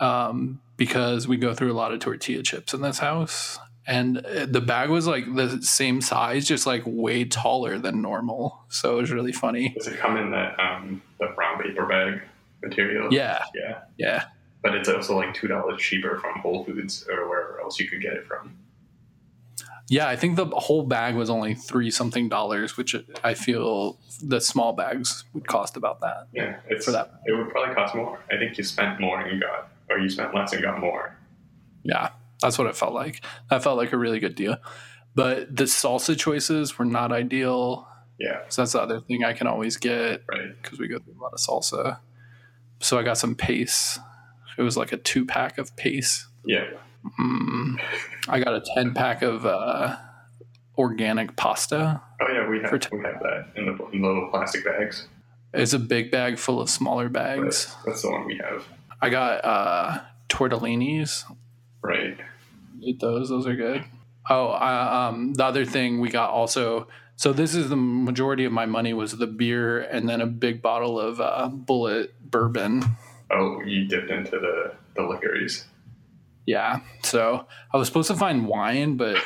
Speaker 3: um, because we go through a lot of tortilla chips in this house. And uh, the bag was like the same size, just like way taller than normal. So it was really funny.
Speaker 1: Does it come in that um the brown paper bag material?
Speaker 3: Yeah,
Speaker 1: Yeah.
Speaker 3: yeah.
Speaker 1: But it's also like two dollars cheaper from Whole Foods or wherever else you could get it from.
Speaker 3: Yeah, I think the whole bag was only three something dollars, which I feel the small bags would cost about that.
Speaker 1: Yeah. It's
Speaker 3: For that.
Speaker 1: it would probably cost more. I think you spent more and got or you spent less and got more.
Speaker 3: Yeah, that's what it felt like. That felt like a really good deal. But the salsa choices were not ideal.
Speaker 1: Yeah.
Speaker 3: So that's the other thing I can always get.
Speaker 1: Right.
Speaker 3: because we go through a lot of salsa. So I got some pace. It was like a two pack of pace.
Speaker 1: Yeah.
Speaker 3: Mm. I got a 10 pack of uh, organic pasta.
Speaker 1: Oh yeah, we have
Speaker 3: For t-
Speaker 1: we have that in the, in the little plastic bags.
Speaker 3: It's a big bag full of smaller bags.
Speaker 1: That's the one we have.
Speaker 3: I got uh, tortellinis.
Speaker 1: Right.
Speaker 3: Eat those. Those are good. Oh, I, um, the other thing we got also. So this is the majority of my money was the beer and then a big bottle of uh, Bullet bourbon.
Speaker 1: Oh, you dipped into the the liquories.
Speaker 3: Yeah. So I was supposed to find wine, but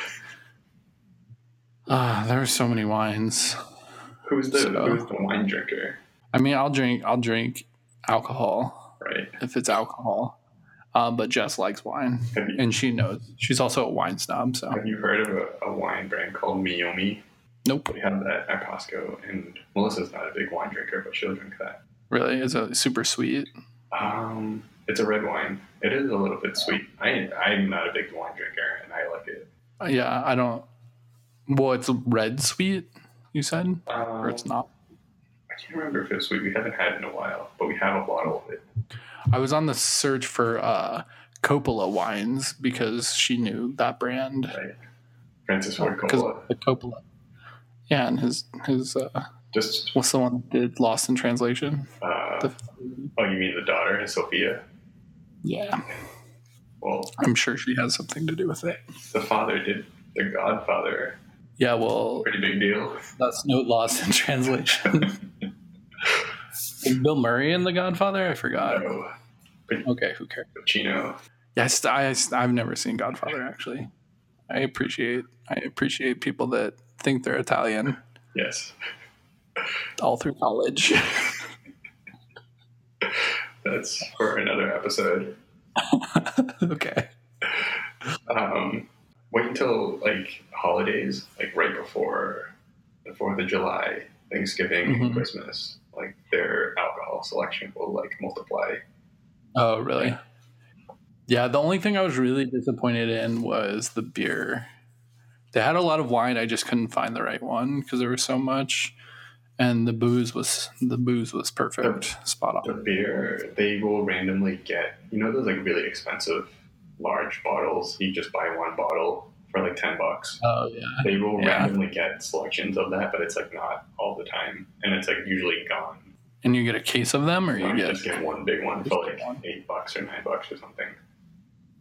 Speaker 3: ah, there were so many wines.
Speaker 1: Who's the
Speaker 3: So- uh,
Speaker 1: who's the wine drinker?
Speaker 3: I mean, I'll drink. I'll drink alcohol
Speaker 1: Right.
Speaker 3: if it's alcohol. Um, but Jess likes wine,
Speaker 1: Have you
Speaker 3: and she knows. She's also a wine snob. So
Speaker 1: have you heard of a, a wine brand called Miyomi?
Speaker 3: nope.
Speaker 1: We have that at Costco, and Melissa's not a big wine drinker, but she'll drink that.
Speaker 3: Really, it's a super sweet.
Speaker 1: Um, it's a red wine. It is a little bit sweet. I I'm not a big wine drinker, and I like it.
Speaker 3: Uh, Yeah, I don't. Well, it's red sweet. You said,
Speaker 1: Um,
Speaker 3: or it's not.
Speaker 1: I can't remember if it's sweet. We haven't had it in a while, but we have a bottle of it.
Speaker 3: I was on the search for uh, Coppola wines because she knew that brand.
Speaker 1: Right. Francis Ford
Speaker 3: because
Speaker 1: Coppola.
Speaker 3: the Coppola. Yeah, and his his uh,
Speaker 1: Just
Speaker 3: what's the one that did Lost in Translation?
Speaker 1: uh,
Speaker 3: The-
Speaker 1: oh, you mean the daughter, Sophia?
Speaker 3: yeah,
Speaker 1: Well,
Speaker 3: I'm sure she has something to do with it.
Speaker 1: the father did the Godfather.
Speaker 3: Yeah, well,
Speaker 1: Pretty big deal.
Speaker 3: that's no Lost in Translation. Is Bill Murray in The Godfather? I forgot.
Speaker 1: So,
Speaker 3: Okay, who cares?
Speaker 1: Pacino.
Speaker 3: Yes, I, I have never seen Godfather actually. I appreciate I appreciate people that think they're Italian
Speaker 1: Yes,
Speaker 3: all through college.
Speaker 1: that's for another episode.
Speaker 3: okay.
Speaker 1: um, wait until like holidays, like right before the Fourth of July, Thanksgiving,
Speaker 3: Mhm.
Speaker 1: and Christmas. Like their alcohol selection will like multiply.
Speaker 3: Oh, really? Yeah, the only thing I was really disappointed in was the beer. They had a lot of wine, I just couldn't find the right one because there was so much and the booze was the booze was perfect. Spot
Speaker 1: The
Speaker 3: on.
Speaker 1: beer they will randomly get. You know those like really expensive large bottles. You just buy one bottle for like ten bucks.
Speaker 3: Oh, yeah.
Speaker 1: They will
Speaker 3: Yeah.
Speaker 1: randomly get selections of that, but it's like not all the time, and it's like usually gone.
Speaker 3: And you get a case of them or you
Speaker 1: You
Speaker 3: get
Speaker 1: just get one big one
Speaker 3: Just
Speaker 1: for
Speaker 3: get
Speaker 1: like
Speaker 3: one.
Speaker 1: eight bucks or nine bucks or something.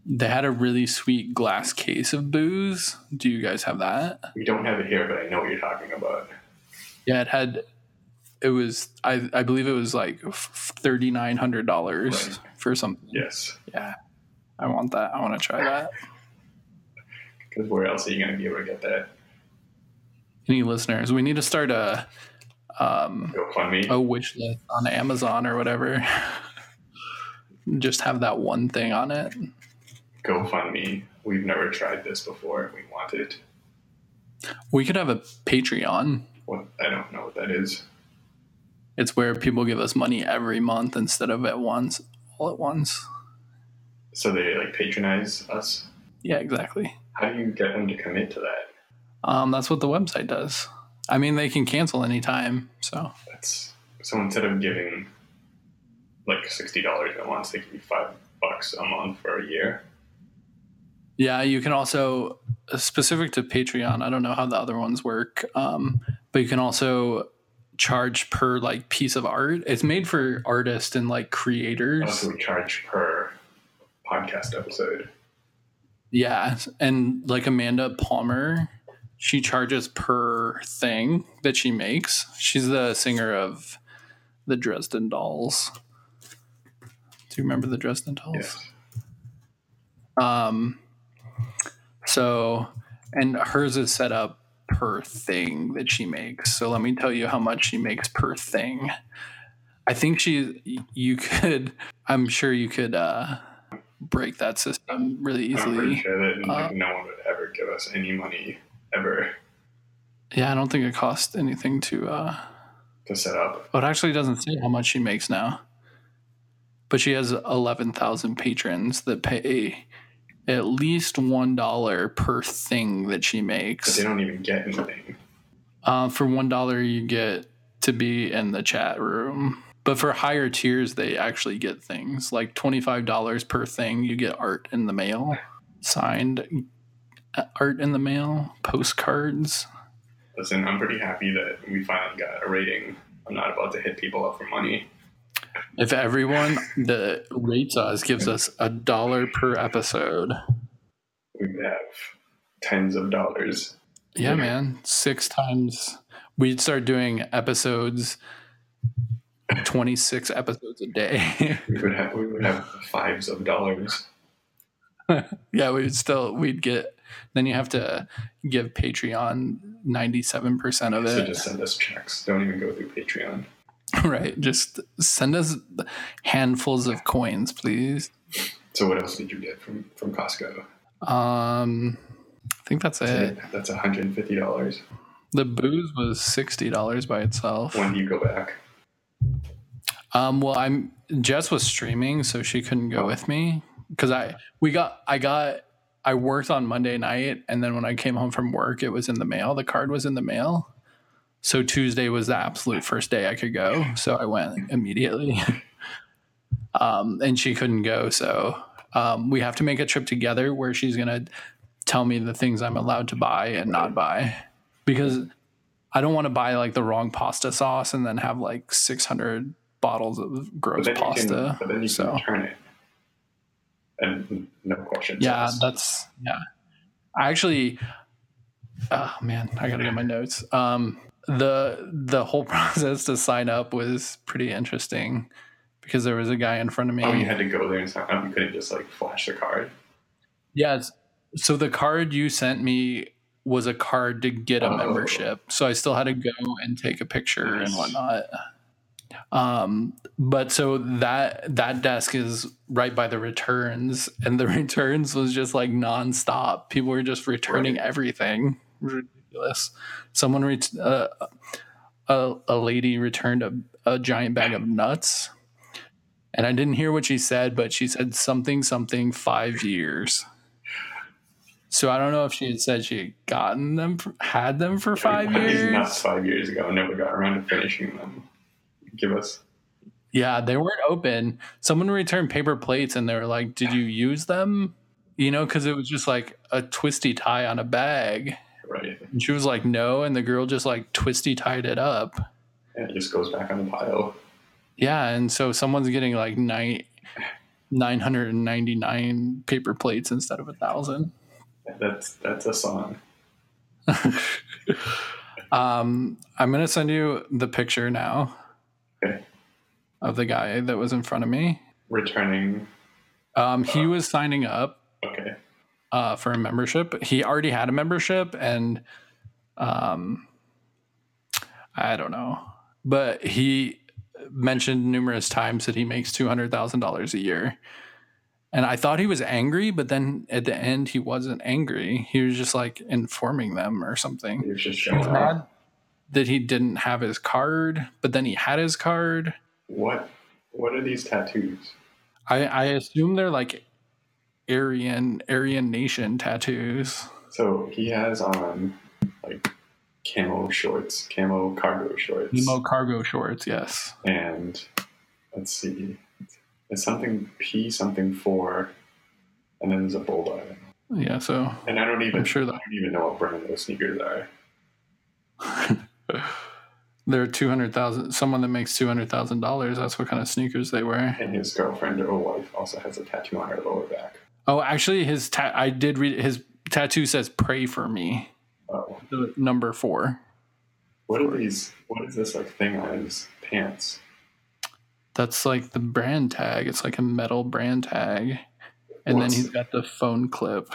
Speaker 3: They had a really sweet glass case of booze. Do you guys have that?
Speaker 1: We don't have it here, but I know what you're talking about.
Speaker 3: Yeah, it had it was I I believe it was like $3900
Speaker 1: Right.
Speaker 3: for something.
Speaker 1: Yes.
Speaker 3: Yeah. I want that. I want to try that.
Speaker 1: Because where else are you going to be able to get that?
Speaker 3: any listeners, we need to start a um,
Speaker 1: GoFundMe?
Speaker 3: a wish list on Amazon or whatever. Just have that one thing on it.
Speaker 1: GoFundMe. We've never tried this before. and We want it.
Speaker 3: We could have a Patreon.
Speaker 1: What? I don't know what that is.
Speaker 3: It's where people give us money every month instead of at once, all at once.
Speaker 1: So they like patronize us.
Speaker 3: Yeah, exactly.
Speaker 1: How do you get them to commit to that?
Speaker 3: Um, that's what the website does. I mean, they can cancel anytime. So
Speaker 1: That's so instead of giving like sixty dollars at once, they give you five bucks a month for a year.
Speaker 3: yeah, you can also uh, specific to Patreon. I don't know how the other ones work, um, but you can also charge per like piece of art. It's made for artists and like creators.
Speaker 1: Also, we charge per podcast episode.
Speaker 3: Yeah, and like Amanda Palmer, she charges per thing that she makes. She's the singer of the Dresden Dolls. Do you remember the Dresden Dolls?
Speaker 1: Yes.
Speaker 3: Um so and hers is set up per thing that she makes. So let me tell you how much she makes per thing. I think she you could I'm sure you could uh break that system really
Speaker 1: I'm pretty
Speaker 3: easily.
Speaker 1: sure that like,
Speaker 3: Uh,
Speaker 1: no one would ever give us any money ever
Speaker 3: Yeah, I don't think it costs anything to. uh
Speaker 1: to set up.
Speaker 3: Oh, it actually doesn't say how much she makes now, but she has eleven thousand patrons that pay at least one dollar per thing that she
Speaker 1: But they
Speaker 3: makes.
Speaker 1: don't even get anything.
Speaker 3: Uh, for one dollar, you get to be in the chat room. But for higher tiers, they actually get things like twenty-five dollars per thing. You get art in the mail, signed uh, art in the mail, postcards.
Speaker 1: Listen, I'm pretty happy that we finally got a rating. I'm not about to hit people up for money.
Speaker 3: If everyone that rates us gives us a dollar per episode,
Speaker 1: We have tens of dollars.
Speaker 3: yeah, man, six times we'd start doing episodes, twenty six episodes a day.
Speaker 1: We would have we would have fives of dollars.
Speaker 3: yeah, we'd still we'd get. Then you have to give Patreon ninety seven percent of
Speaker 1: So
Speaker 3: it,
Speaker 1: just send us checks. Don't even go through Patreon.
Speaker 3: right? Just send us handfuls of coins, please.
Speaker 1: So what else did you get from from Costco?
Speaker 3: Um, I think that's it.
Speaker 1: That's one hundred and fifty dollars.
Speaker 3: The booze was sixty dollars by itself.
Speaker 1: When do you go back?
Speaker 3: Um, well, I'm Jess was streaming, so she couldn't go with me because I we got I got I worked on Monday night, and then when I came home from work, it was in the mail. The card was in the mail, so Tuesday was the absolute first day I could go. So I went immediately, um, and she couldn't go. So um, we have to make a trip together where she's gonna tell me the things I'm allowed to buy and not buy because I don't want to buy like the wrong pasta sauce and then have like 600 bottles of
Speaker 1: But
Speaker 3: gross
Speaker 1: then you can,
Speaker 3: pasta.
Speaker 1: but then you
Speaker 3: so,
Speaker 1: can turn it. And no questions.
Speaker 3: yeah,
Speaker 1: asked.
Speaker 3: that's yeah. I actually, oh man, I gotta get my notes. Um, the the whole process to sign up was pretty interesting because there was a guy in front of me.
Speaker 1: Oh, you had to go there and sign up. You couldn't just like flash the card.
Speaker 3: Yeah. it's- So the card you sent me was a card to get a
Speaker 1: Oh.
Speaker 3: membership. So I still had to go and take a picture and
Speaker 1: Nice.
Speaker 3: whatnot. Um, but so that that desk is right by the returns, and the returns was just like nonstop. People were just returning everything. Ridiculous. Someone ret- uh, a a lady returned a, a giant bag of nuts, and I didn't hear what she said, but she said something something five years. So I don't know if she had said she had gotten them, for, had them for five
Speaker 1: These
Speaker 3: years.
Speaker 1: nuts five years ago. Never got around to finishing them. Give us.
Speaker 3: Yeah, they weren't open. Someone returned paper plates and they were like, Did you use them? You know, because it was just like a twisty tie on a bag.
Speaker 1: Right.
Speaker 3: And she was like, No. And the girl just like twisty tied it up.
Speaker 1: And it just goes back on the pile.
Speaker 3: Yeah. And so someone's getting like nine, 999 paper plates instead of a thousand.
Speaker 1: That's that's a song.
Speaker 3: Um, I'm going to send you the picture now
Speaker 1: Okay.
Speaker 3: of the guy that was in front of me.
Speaker 1: Returning.
Speaker 3: Um, he was signing up
Speaker 1: Okay.
Speaker 3: uh, for a membership. He already had a membership, and um, I don't know, but he mentioned numerous times that he makes two hundred thousand dollars a year. And I thought he was angry, but then at the end he wasn't angry. He was just like informing them or something.
Speaker 1: You're just
Speaker 3: It
Speaker 1: showing
Speaker 3: was
Speaker 1: off.
Speaker 3: odd that he didn't have his card, but then he had his card.
Speaker 1: What? What are these tattoos?
Speaker 3: I, I assume they're like Aryan Aryan Nation tattoos.
Speaker 1: So he has on like camo shorts, camo cargo shorts,
Speaker 3: Nemo cargo shorts. Yes.
Speaker 1: and let's see, it's something P something four, and then there's a bull bar.
Speaker 3: Yeah. So
Speaker 1: And I don't even
Speaker 3: I'm sure
Speaker 1: I
Speaker 3: that
Speaker 1: don't even know what brand those sneakers are.
Speaker 3: there are two hundred thousand. Someone that makes two hundred thousand dollars. That's what kind of sneakers they wear.
Speaker 1: And his girlfriend or wife also has a tattoo on her lower back.
Speaker 3: Oh, actually, his ta- I did read his tattoo says "Pray for me."
Speaker 1: Oh,
Speaker 3: the Number four.
Speaker 1: what are these? What is this like thing on his pants?
Speaker 3: That's like the brand tag. It's like a metal brand tag. And
Speaker 1: What's-
Speaker 3: then he's got the phone clip.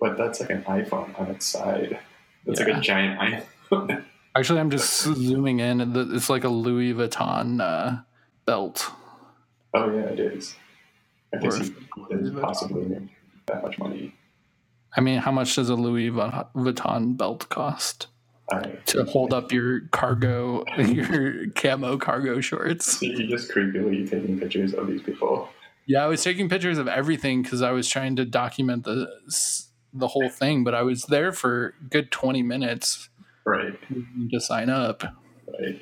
Speaker 1: But that's like an iPhone on its side. That's like
Speaker 3: Yeah.
Speaker 1: a giant iPhone.
Speaker 3: Actually, I'm just zooming in. and the- It's like a Louis Vuitton uh, belt.
Speaker 1: oh yeah, it is. I guess
Speaker 3: Or
Speaker 1: he could possibly make that much money.
Speaker 3: I mean, how much does a Louis Vu- Vuitton belt cost
Speaker 1: All right.
Speaker 3: to hold up your cargo, your camo cargo shorts?
Speaker 1: See, you're just creepily taking pictures of these people.
Speaker 3: Yeah, I was taking pictures of everything because I was trying to document the s- the whole thing. But I was there for a good 20 minutes
Speaker 1: Right,
Speaker 3: to sign up.
Speaker 1: right.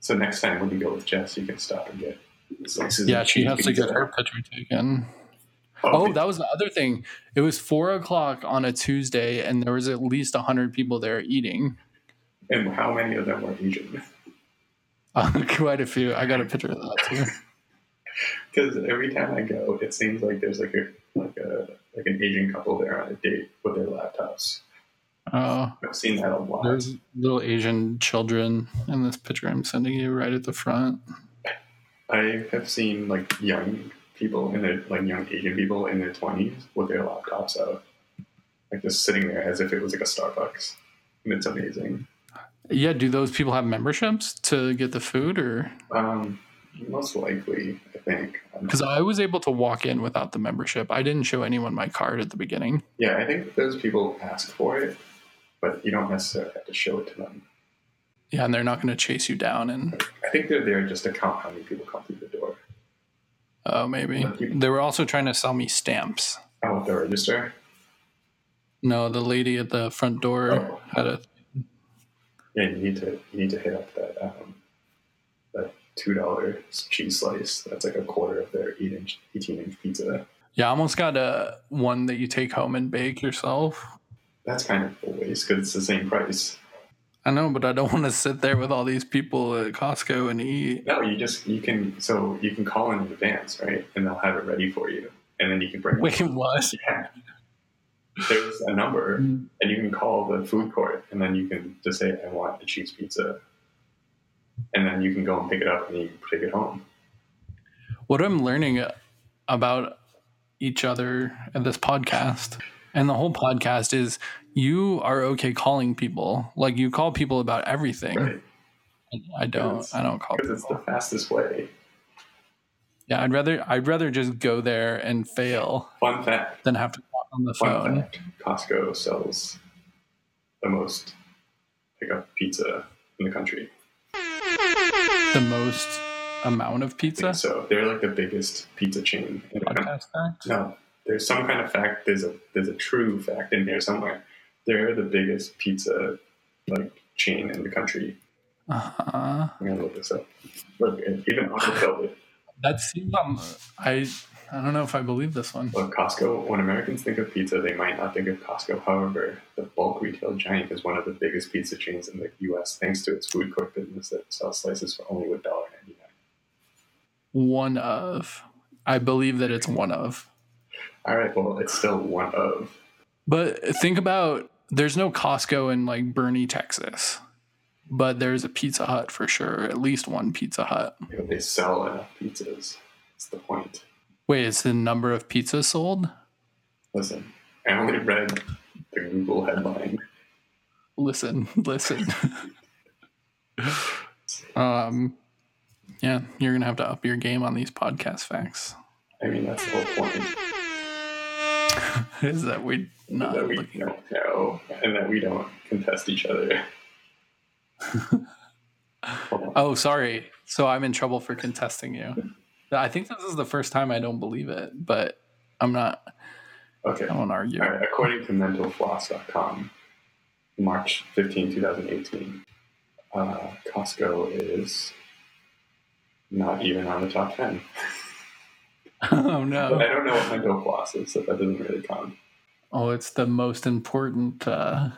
Speaker 1: So next time when you go with Jess, you can stop and get. it's like
Speaker 3: Yeah, she has to get
Speaker 1: pizza.
Speaker 3: her picture taken.
Speaker 1: Oh,
Speaker 3: Oh, that was the other thing. It was four o'clock on a Tuesday, and there was at least hundred people there eating.
Speaker 1: and how many of them were Asian?
Speaker 3: Uh, quite a few. I got a picture of that too.
Speaker 1: Because every time I go, it seems like there's like a like a like an Asian couple there on a date with their laptops.
Speaker 3: Oh,
Speaker 1: I've seen that a lot.
Speaker 3: there's little Asian children in this picture I'm sending you right at the front.
Speaker 1: I have seen like young people in their like young Asian people in their twenties with their laptops out, like just sitting there as if it was like a Starbucks, and it's amazing.
Speaker 3: Yeah, do those people have memberships to get the food, or
Speaker 1: Um, most likely, I think. Um,
Speaker 3: because I was able to walk in without the membership? I didn't show anyone my card at the beginning.
Speaker 1: yeah, I think those people ask for it, but you don't necessarily have to show it to them.
Speaker 3: Yeah, and they're not going to chase you down. And
Speaker 1: I think they're there just to count how many people come through the door.
Speaker 3: oh, maybe they were also trying to sell me stamps.
Speaker 1: Out at the register.
Speaker 3: No, the lady at the front door had a
Speaker 1: Yeah, you need to you need to hit up that um, that two dollar cheese slice. That's like a quarter of their eight inch eighteen inch pizza.
Speaker 3: Yeah, I almost got a one that you take home and bake yourself.
Speaker 1: That's kind of a waste because it's the same price.
Speaker 3: I know, but I don't want to sit there with all these people at Costco and eat.
Speaker 1: No, you just you can so you can call in advance, right? And they'll have it ready for you, and then you can bring. it.
Speaker 3: Wait, what?
Speaker 1: Yeah. There's a number, and you can call the food court, and then you can just say, "I want a cheese pizza," and then you can go and pick it up, and you can take it home.
Speaker 3: What I'm learning about each other in this podcast and the whole podcast is you are okay calling people. Like you call people about everything.
Speaker 1: Right.
Speaker 3: I don't.
Speaker 1: Yes.
Speaker 3: I don't call.
Speaker 1: Because it's the fastest way.
Speaker 3: Yeah, I'd rather. I'd rather just go there and fail
Speaker 1: Fun fact.
Speaker 3: than have to talk on the
Speaker 1: Fun
Speaker 3: phone.
Speaker 1: fact Costco sells the most pickup pizza in the country.
Speaker 3: The most amount of pizza.
Speaker 1: So they're like the biggest pizza chain in the country.
Speaker 3: Podcast fact.
Speaker 1: No, there's some kind of fact. There's a there's a true fact in here somewhere. They're the biggest pizza like chain in the country.
Speaker 3: Uh huh.
Speaker 1: I'm gonna look this up. Look, and even Unfulfilled it.
Speaker 3: That seems um, I I don't know if I believe this one.
Speaker 1: Look, Costco. When Americans think of pizza, they might not think of Costco. However, the bulk retail giant is one of the biggest pizza chains in the U.S. thanks to its food court business that sells slices for only a dollar ninety nine.
Speaker 3: One of I believe that it's one of.
Speaker 1: All right, well, it's still one of.
Speaker 3: But think about there's no Costco in like Bernie, Texas. But there's a Pizza Hut for sure, at least one Pizza Hut.
Speaker 1: You know, they sell enough pizzas. That's the point.
Speaker 3: Wait, it's the number of pizzas sold?
Speaker 1: Listen, I only read the Google headline.
Speaker 3: Listen, listen. um yeah, you're going to have to up your game on these podcast facts.
Speaker 1: I mean, that's the whole point.
Speaker 3: Is that we not
Speaker 1: that we
Speaker 3: looking
Speaker 1: don't know and that we don't contest each other.
Speaker 3: Oh, sorry. So I'm in trouble for contesting you. I think this is the first time I don't believe it, but I'm not.
Speaker 4: Okay.
Speaker 3: I won't argue.
Speaker 4: All right, according to mentalfloss.com, March 15, 2018, uh, Costco is not even on the top 10.
Speaker 3: oh
Speaker 4: But I
Speaker 3: no!
Speaker 4: don't know what mental floss is, so that doesn't really count.
Speaker 3: Oh, it's the most important uh,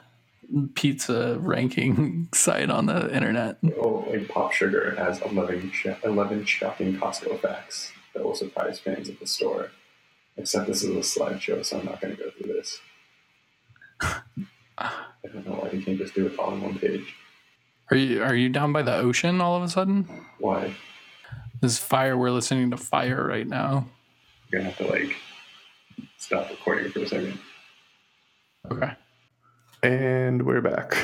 Speaker 3: pizza ranking site on the internet.
Speaker 4: Oh, like Pop Sugar has 11, sh- 11 shocking Costco facts that will surprise fans at the store. Except this is a slideshow, so I'm not going to go through this. I don't know why you can't just do it all on one page.
Speaker 3: Are you are you down by the ocean all of a sudden?
Speaker 4: Why?
Speaker 3: This fire. We're listening to fire right now.
Speaker 4: You're going to have to, like, stop recording for a second.
Speaker 3: Okay.
Speaker 1: And we're back.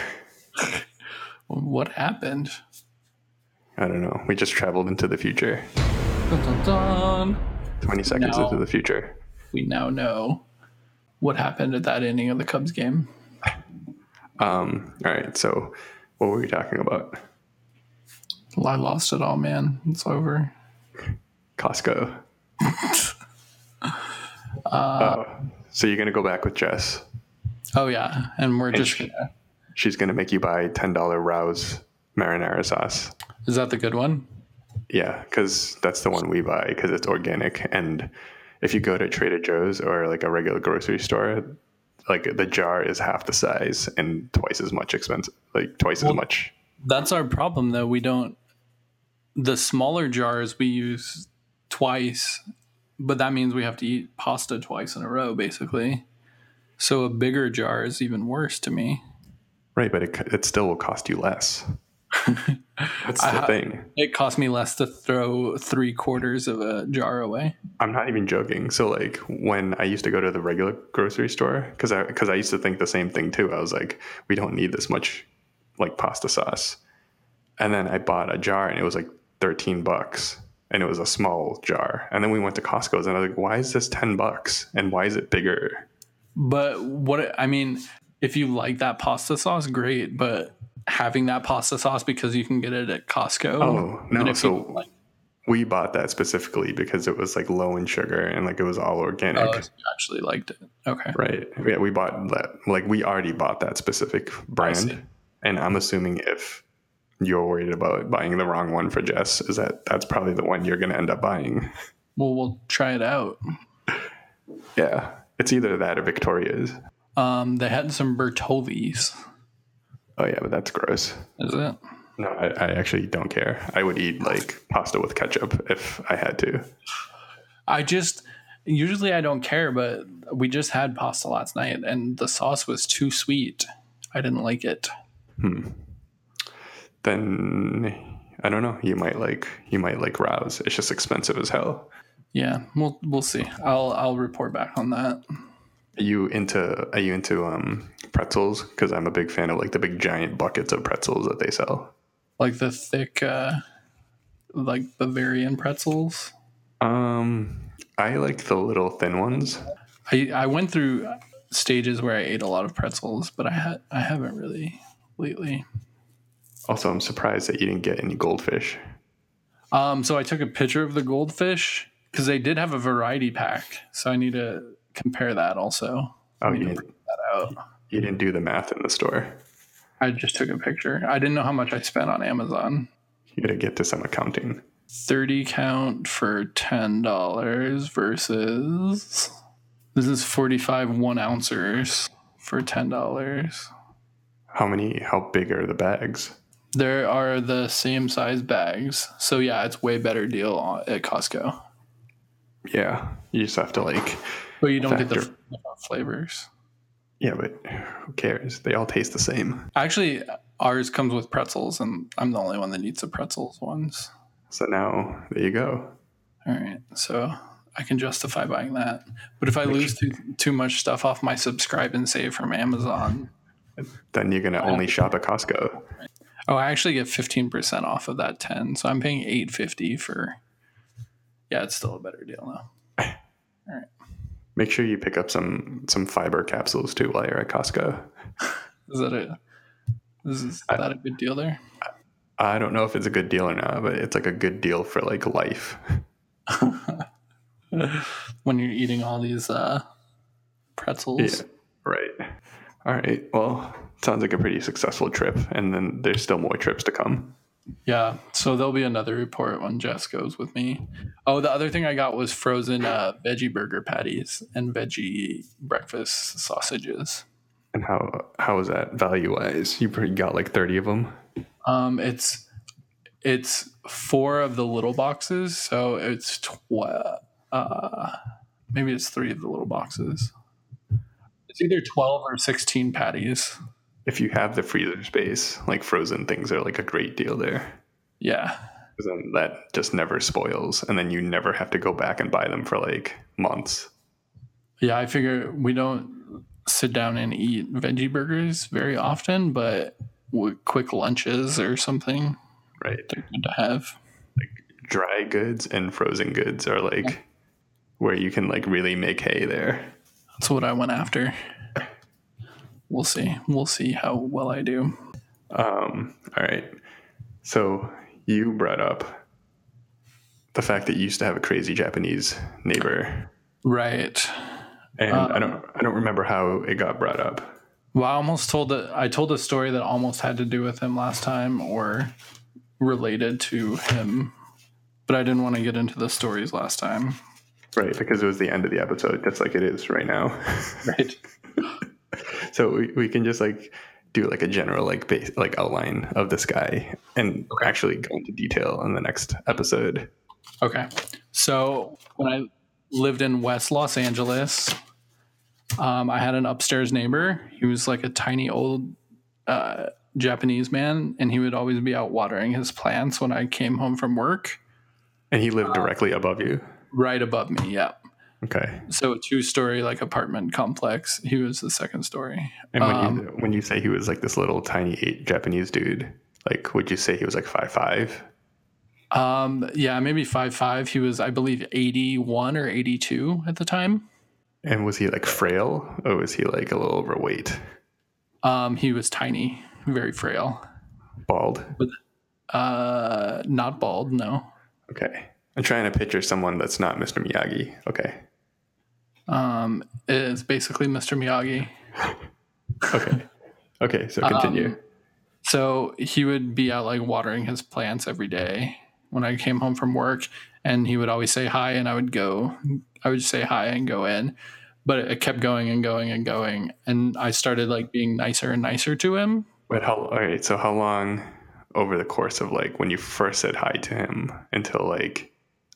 Speaker 3: What happened?
Speaker 1: I don't know. We just traveled into the future.
Speaker 3: Dun, dun, dun.
Speaker 1: 20 seconds
Speaker 3: No.
Speaker 1: into the future.
Speaker 3: We now know what happened at that inning of the Cubs game.
Speaker 1: Um, all right. So, what were we talking about?
Speaker 3: Well, I lost it all, man. It's over.
Speaker 1: Costco. Oh, so, you're going to go back with Jess.
Speaker 3: Oh yeah, and we're just.
Speaker 1: she-
Speaker 3: Gonna,
Speaker 1: She's going to make you buy $10 Rouse marinara sauce.
Speaker 3: is that the good one?
Speaker 1: Yeah, because that's the one we buy because it's organic. And if you go to Trader Joe's or like a regular grocery store, like the jar is half the size and twice as much expensive, like twice as much.
Speaker 3: That's our problem, though. We don't. The smaller jars we use twice, but that means we have to eat pasta twice in a row, basically. So a bigger jar is even worse to me.
Speaker 1: Right, but it, c- it still will cost you less. that's the
Speaker 3: I ha-
Speaker 1: thing.
Speaker 3: It cost me less to throw three quarters of a jar away.
Speaker 1: I'm not even joking. So like when I used to go to the regular grocery store, because I because I used to think the same thing too. I was like, we don't need this much like pasta sauce. And then I bought a jar and it was like 13 bucks. And it was a small jar. And then we went to Costco's and I was like, why is this 10 bucks? And why is it bigger?
Speaker 3: But what I mean, if you like that pasta sauce, great. But having that pasta sauce because you can get it at Costco.
Speaker 1: Oh
Speaker 3: even
Speaker 1: no.
Speaker 3: if you
Speaker 1: So
Speaker 3: don't like-
Speaker 1: we bought that specifically because it was like low in sugar and like it was all organic.
Speaker 3: oh, so you actually liked it. Okay.
Speaker 1: Right. Yeah, we bought that. Like we already bought that specific
Speaker 3: see.
Speaker 1: brand, and I'm assuming if you're worried about buying the wrong one for Jess, is that that's probably the one you're going to end up buying.
Speaker 3: Well, we'll try it out.
Speaker 1: Yeah, it's either that or Victoria's.
Speaker 3: Um, they had some Bertoldi's.
Speaker 1: Oh yeah, but that's gross.
Speaker 3: Is it?
Speaker 1: No, I, I actually don't care. I would eat like pasta with ketchup if I had to.
Speaker 3: I just usually I don't care, but we just had pasta last night, and the sauce was too sweet. I didn't like it.
Speaker 1: Then I don't know. You might like you might like Rouse. It's just expensive as hell.
Speaker 3: Yeah, we'll we'll see. I'll I'll report back on that.
Speaker 1: Are you into are you into um pretzels? Because I'm a big fan of like the big giant buckets of pretzels that they sell.
Speaker 3: Like the thick, uh, like Bavarian pretzels.
Speaker 1: Um, I like the little thin ones.
Speaker 3: I I went through stages where I ate a lot of pretzels, but I had I haven't really lately.
Speaker 1: Also, I'm surprised that you didn't get any goldfish.
Speaker 3: Um, so I took a picture of the goldfish because they did have a variety pack. So I need to compare that also.
Speaker 1: Oh, you didn't,
Speaker 3: out.
Speaker 1: you didn't do the math in the store.
Speaker 3: I just took a picture. I didn't know how much I spent on Amazon.
Speaker 1: You gotta get to some accounting.
Speaker 3: 30 count for $10 versus this is 45 one ounces for $10.
Speaker 1: How many? How big are the bags?
Speaker 3: There are the same size bags. So yeah, it's way better deal on- at Costco.
Speaker 1: Yeah, you just have to like.
Speaker 3: But you don't get
Speaker 1: Factor.
Speaker 3: the f- flavors.
Speaker 1: Yeah, but who cares? They all taste the same.
Speaker 3: Actually, ours comes with pretzels, and I'm the only one that eats the pretzels ones.
Speaker 1: So now there you go.
Speaker 3: All right, so I can justify buying that. But if I lose too, too much stuff off my subscribe and save from Amazon,
Speaker 1: Then you're gonna only shop at Costco.
Speaker 3: oh, I actually get fifteen percent off of that ten, so I'm paying eight fifty for. Yeah, it's still a better deal though.
Speaker 1: Make sure you pick up some some fiber capsules too while you're at Costco.
Speaker 3: Is that a is, is that a good deal there?
Speaker 1: I don't know if it's a good deal or not, but it's like a good deal for like life.
Speaker 3: when you're eating all these uh, pretzels.
Speaker 1: Yeah, right. All right. Well, sounds like a pretty successful trip, and then there's still more trips to come.
Speaker 3: Yeah, so there'll be another report when Jess goes with me. Oh, the other thing I got was frozen uh, veggie burger patties and veggie breakfast sausages.
Speaker 1: And how how is that value wise? You pretty got like thirty of them.
Speaker 3: Um, it's it's four of the little boxes, so it's twelve. Uh, maybe it's three of the little boxes. It's either twelve or sixteen patties.
Speaker 1: If you have the freezer space, like frozen things are like a great deal there.
Speaker 3: Yeah,
Speaker 1: 'Cause Then that just never spoils, and then you never have to go back and buy them for like months.
Speaker 3: yeah. I figure we don't sit down and eat veggie burgers very often, but w- quick lunches or something
Speaker 1: Right.
Speaker 3: they're good to have.
Speaker 1: Dry goods and frozen goods are like where you can like really make hay there.
Speaker 3: That's what I went after. We'll see. We'll see how well I do.
Speaker 1: Um, all right. So you brought up the fact that you used to have a crazy Japanese neighbor,
Speaker 3: Right.
Speaker 1: and I don't I don't remember how it got brought up.
Speaker 3: Well, I almost told a, I told a story that almost had to do with him last time or related to him, but I didn't want to get into the stories last time.
Speaker 1: Right, because it was the end of the episode, just like it is right now.
Speaker 3: Right.
Speaker 1: so we, we can just like do like a general like base like outline of this guy and actually go into detail on the next episode.
Speaker 3: Okay. So when I lived in West Los Angeles, um, I had an upstairs neighbor. He was like a tiny old uh, Japanese man, and he would always be out watering his plants when I came home from work,
Speaker 1: And he lived directly above you.
Speaker 3: right above me. Yeah.
Speaker 1: Okay.
Speaker 3: So a two story like apartment complex. He was the second story.
Speaker 1: And when you when you say he was like this little tiny eight Japanese dude, like would you say he was like five five?
Speaker 3: Um, yeah, maybe five five. He was, I believe, eighty one or eighty two at the time.
Speaker 1: And was he like frail or was he like a little overweight?
Speaker 3: Um, he was tiny, very frail.
Speaker 1: Bald?
Speaker 3: Uh, not bald, no.
Speaker 1: Okay. I'm trying to picture someone that's not Mr. Miyagi. Okay.
Speaker 3: Um, it's basically Mr. Miyagi.
Speaker 1: Okay. Okay,
Speaker 3: Um,
Speaker 1: so continue.
Speaker 3: So he would be out like watering his plants every day when I came home from work, and he would always say hi, and I would go, I would say hi and go in, but it kept going and going and going, and I started like being nicer and nicer to him.
Speaker 1: But how? All right. So how long over the course of like when you first said hi to him until like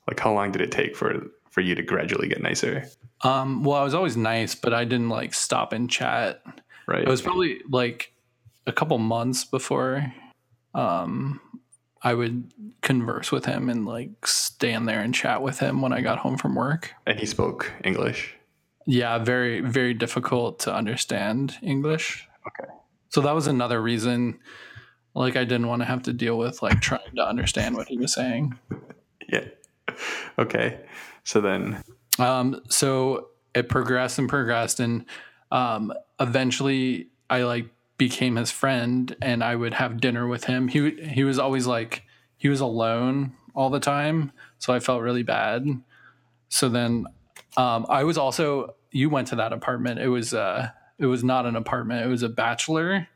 Speaker 1: like how long did it take for for you to gradually get nicer?
Speaker 3: Um, well, I was always nice, but I didn't like stop and chat.
Speaker 1: Right.
Speaker 3: It was probably like a couple months before um, I would converse with him and like stand there and chat with him when I got home from work.
Speaker 1: and he spoke English.
Speaker 3: Yeah, very, very difficult to understand English.
Speaker 1: Okay.
Speaker 3: So that was another reason, like, I didn't want to have to deal with like trying to understand what he was saying.
Speaker 1: Yeah. Okay. So then,
Speaker 3: Um, so it progressed and progressed, and um, eventually I like became his friend, and I would have dinner with him. He w- he was always like he was alone all the time, so I felt really bad. So then um, I was also you went to that apartment. It was uh it was not an apartment. It was a bachelor,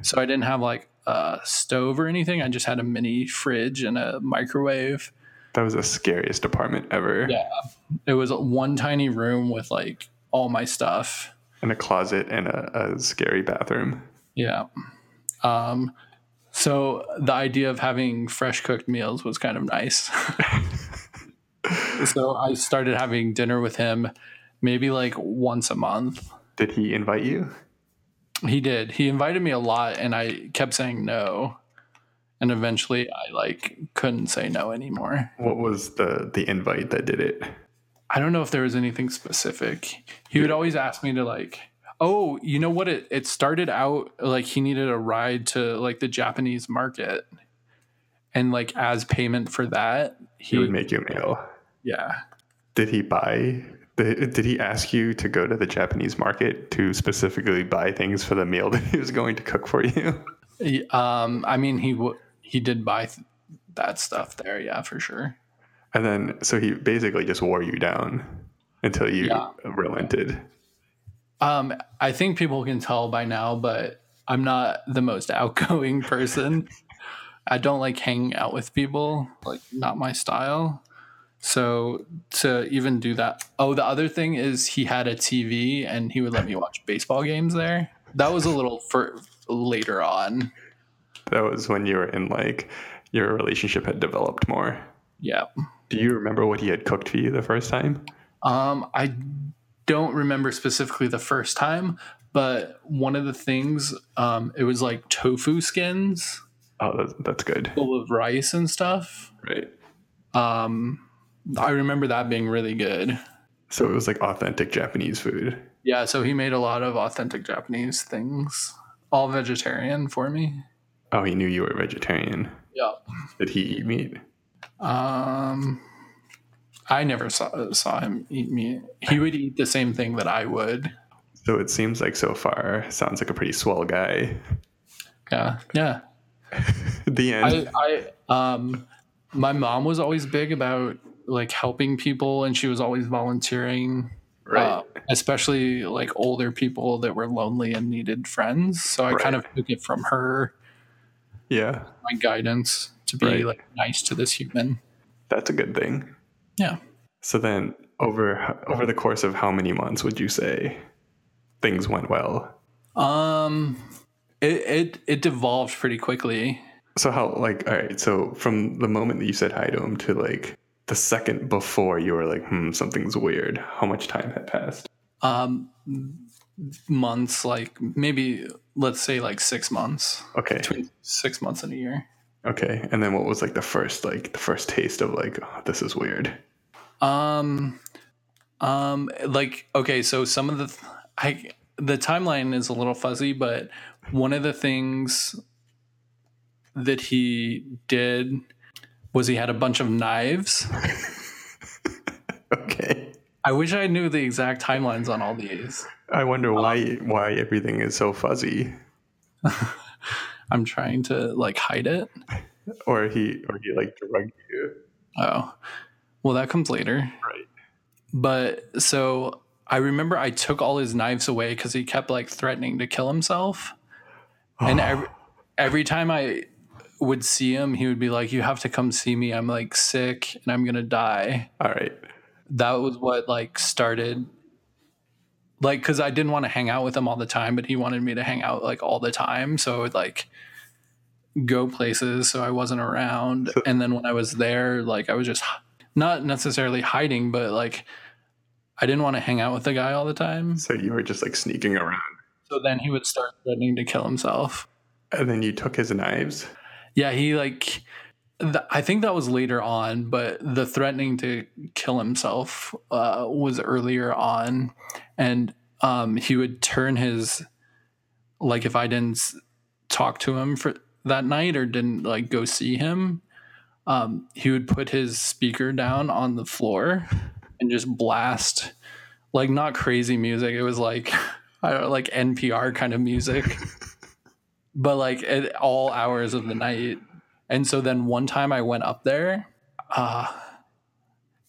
Speaker 3: so I didn't have like a stove or anything. I just had a mini fridge and a microwave.
Speaker 1: that was the scariest apartment ever.
Speaker 3: Yeah. It was one tiny room with like all my stuff.
Speaker 1: And a closet and a, a scary bathroom.
Speaker 3: Yeah. Um, so the idea of having fresh cooked meals was kind of nice. so I started having dinner with him maybe like once a month.
Speaker 1: Did he invite you?
Speaker 3: He did. He invited me a lot and I kept saying no. And eventually I like couldn't say no anymore.
Speaker 1: What was the the invite that did it?
Speaker 3: I don't know if there was anything specific. He would always ask me to like, oh, you know what? It it started out like he needed a ride to like the Japanese market, and like as payment for that, he,
Speaker 1: He would make you a meal.
Speaker 3: yeah.
Speaker 1: Did he buy? The, did he ask you to go to the Japanese market to specifically buy things for the meal that he was going to cook for you?
Speaker 3: He- um, I mean he w- he did buy th- that stuff there, yeah, for sure.
Speaker 1: And then, so he basically just wore you down until you
Speaker 3: Yeah.
Speaker 1: relented.
Speaker 3: Um, I think people can tell by now, but I'm not the most outgoing person. I don't like hanging out with people, like not my style. So to even do that. Oh, the other thing is he had a TV and he would let me watch baseball games there. That was a little for later on.
Speaker 1: That was when you were in like your relationship had developed more.
Speaker 3: Yeah.
Speaker 1: Do you remember what he had cooked for you the first time?
Speaker 3: Um, I don't remember specifically the first time, but one of the things, um, it was like tofu skins
Speaker 1: Oh, that's, that's good.
Speaker 3: full of rice and stuff.
Speaker 1: Right.
Speaker 3: Um, I remember that being really good.
Speaker 1: So it was like authentic Japanese food.
Speaker 3: Yeah, so he made a lot of authentic Japanese things, all vegetarian for me.
Speaker 1: Oh, he knew you were vegetarian.
Speaker 3: Yeah.
Speaker 1: Did he eat meat?
Speaker 3: Um, I never saw saw him eat meat. He would eat the same thing that I would.
Speaker 1: So it seems like so far, sounds like a pretty swell guy.
Speaker 3: Yeah, yeah.
Speaker 1: the end.
Speaker 3: I, I um, my mom was always big about like helping people, and she was always volunteering,
Speaker 1: right.
Speaker 3: uh, especially like older people that were lonely and needed friends. So I kind of
Speaker 1: Right.
Speaker 3: took it from her.
Speaker 1: yeah.
Speaker 3: my guidance to be
Speaker 1: Right.
Speaker 3: like nice to this human.
Speaker 1: That's a good thing.
Speaker 3: Yeah.
Speaker 1: So then over over the course of how many months would you say things went well?
Speaker 3: Um it it, it devolved pretty quickly.
Speaker 1: So how like all right, so from the moment that you said hi to him to like the second before you were like, hmm, something's weird. How much time had passed?
Speaker 3: Um months like maybe let's say like 6 months.
Speaker 1: Okay.
Speaker 3: Between 6 months and a year.
Speaker 1: Okay. And then what was like the first like the first taste of like, oh, this is weird.
Speaker 3: Um um like okay, so some of the th- I the timeline is a little fuzzy, but one of the things that he did was he had a bunch of knives.
Speaker 1: Okay.
Speaker 3: I wish I knew the exact timelines on all these.
Speaker 1: I wonder
Speaker 3: Uh,
Speaker 1: why why everything is so fuzzy.
Speaker 3: I'm trying to like hide it.
Speaker 1: Or he or he like drugged you.
Speaker 3: Oh, well, that comes later.
Speaker 1: Right.
Speaker 3: But so I remember I took all his knives away because he kept like threatening to kill himself. And every, every time I would see him, he would be like, You have to come see me. I'm like sick and I'm going to die.
Speaker 1: All right.
Speaker 3: That was what like started. Like, cause I didn't want to hang out with him all the time, but he wanted me to hang out like all the time. So I would like go places. So I wasn't around. And then when I was there, like I was just h- not necessarily hiding, but like I didn't want to hang out with the guy all the time.
Speaker 1: So you were just like sneaking around.
Speaker 3: So then he would start threatening to kill himself.
Speaker 1: And then you took his knives.
Speaker 3: Yeah, he like th- I think that was later on, but the threatening to kill himself uh, was earlier on, and um, he would turn his like if I didn't s- talk to him for that night or didn't like go see him, um, he would put his speaker down on the floor and just blast like not crazy music. It was like I don't know, like NPR kind of music but like at all hours of the night. And so then one time I went up there, uh,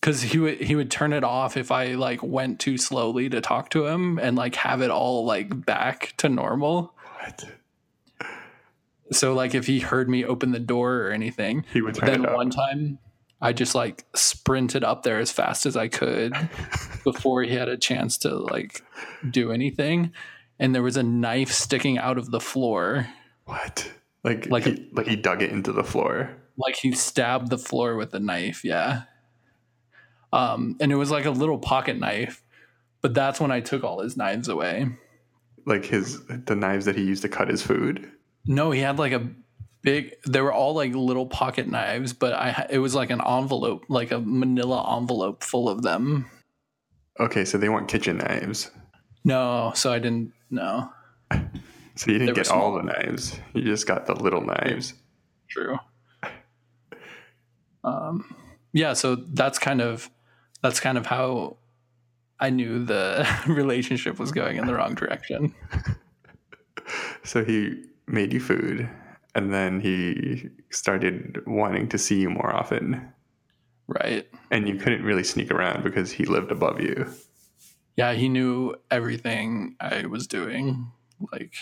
Speaker 3: cause he would, he would turn it off if I like went too slowly to talk to him and like have it all like back to normal.
Speaker 1: What?
Speaker 3: So like if he heard me open the door or anything,
Speaker 1: He would turn
Speaker 3: then
Speaker 1: it up.
Speaker 3: one time I just like sprinted up there as fast as I could before he had a chance to like do anything. And there was a knife sticking out of the floor.
Speaker 1: What? Like like
Speaker 3: Like
Speaker 1: he, like he dug it into the floor.
Speaker 3: like he stabbed the floor with a knife yeah um and it was like a little pocket knife but that's when i took all his knives away
Speaker 1: Like his the knives that he used to cut his food.
Speaker 3: no he had like a big they were all like little pocket knives but i ha- it was like an envelope like a manila envelope full of them
Speaker 1: Okay, so they weren't kitchen knives.
Speaker 3: no so i didn't no
Speaker 1: So you didn't
Speaker 3: They were
Speaker 1: get all the knives. You just got the little knives.
Speaker 3: true um yeah so that's kind of that's kind of how i knew the relationship was going in the wrong direction
Speaker 1: So he made you food and then he started wanting to see you more often.
Speaker 3: right?
Speaker 1: and you couldn't really sneak around because he lived above you.
Speaker 3: Yeah, he knew everything I was doing. Like,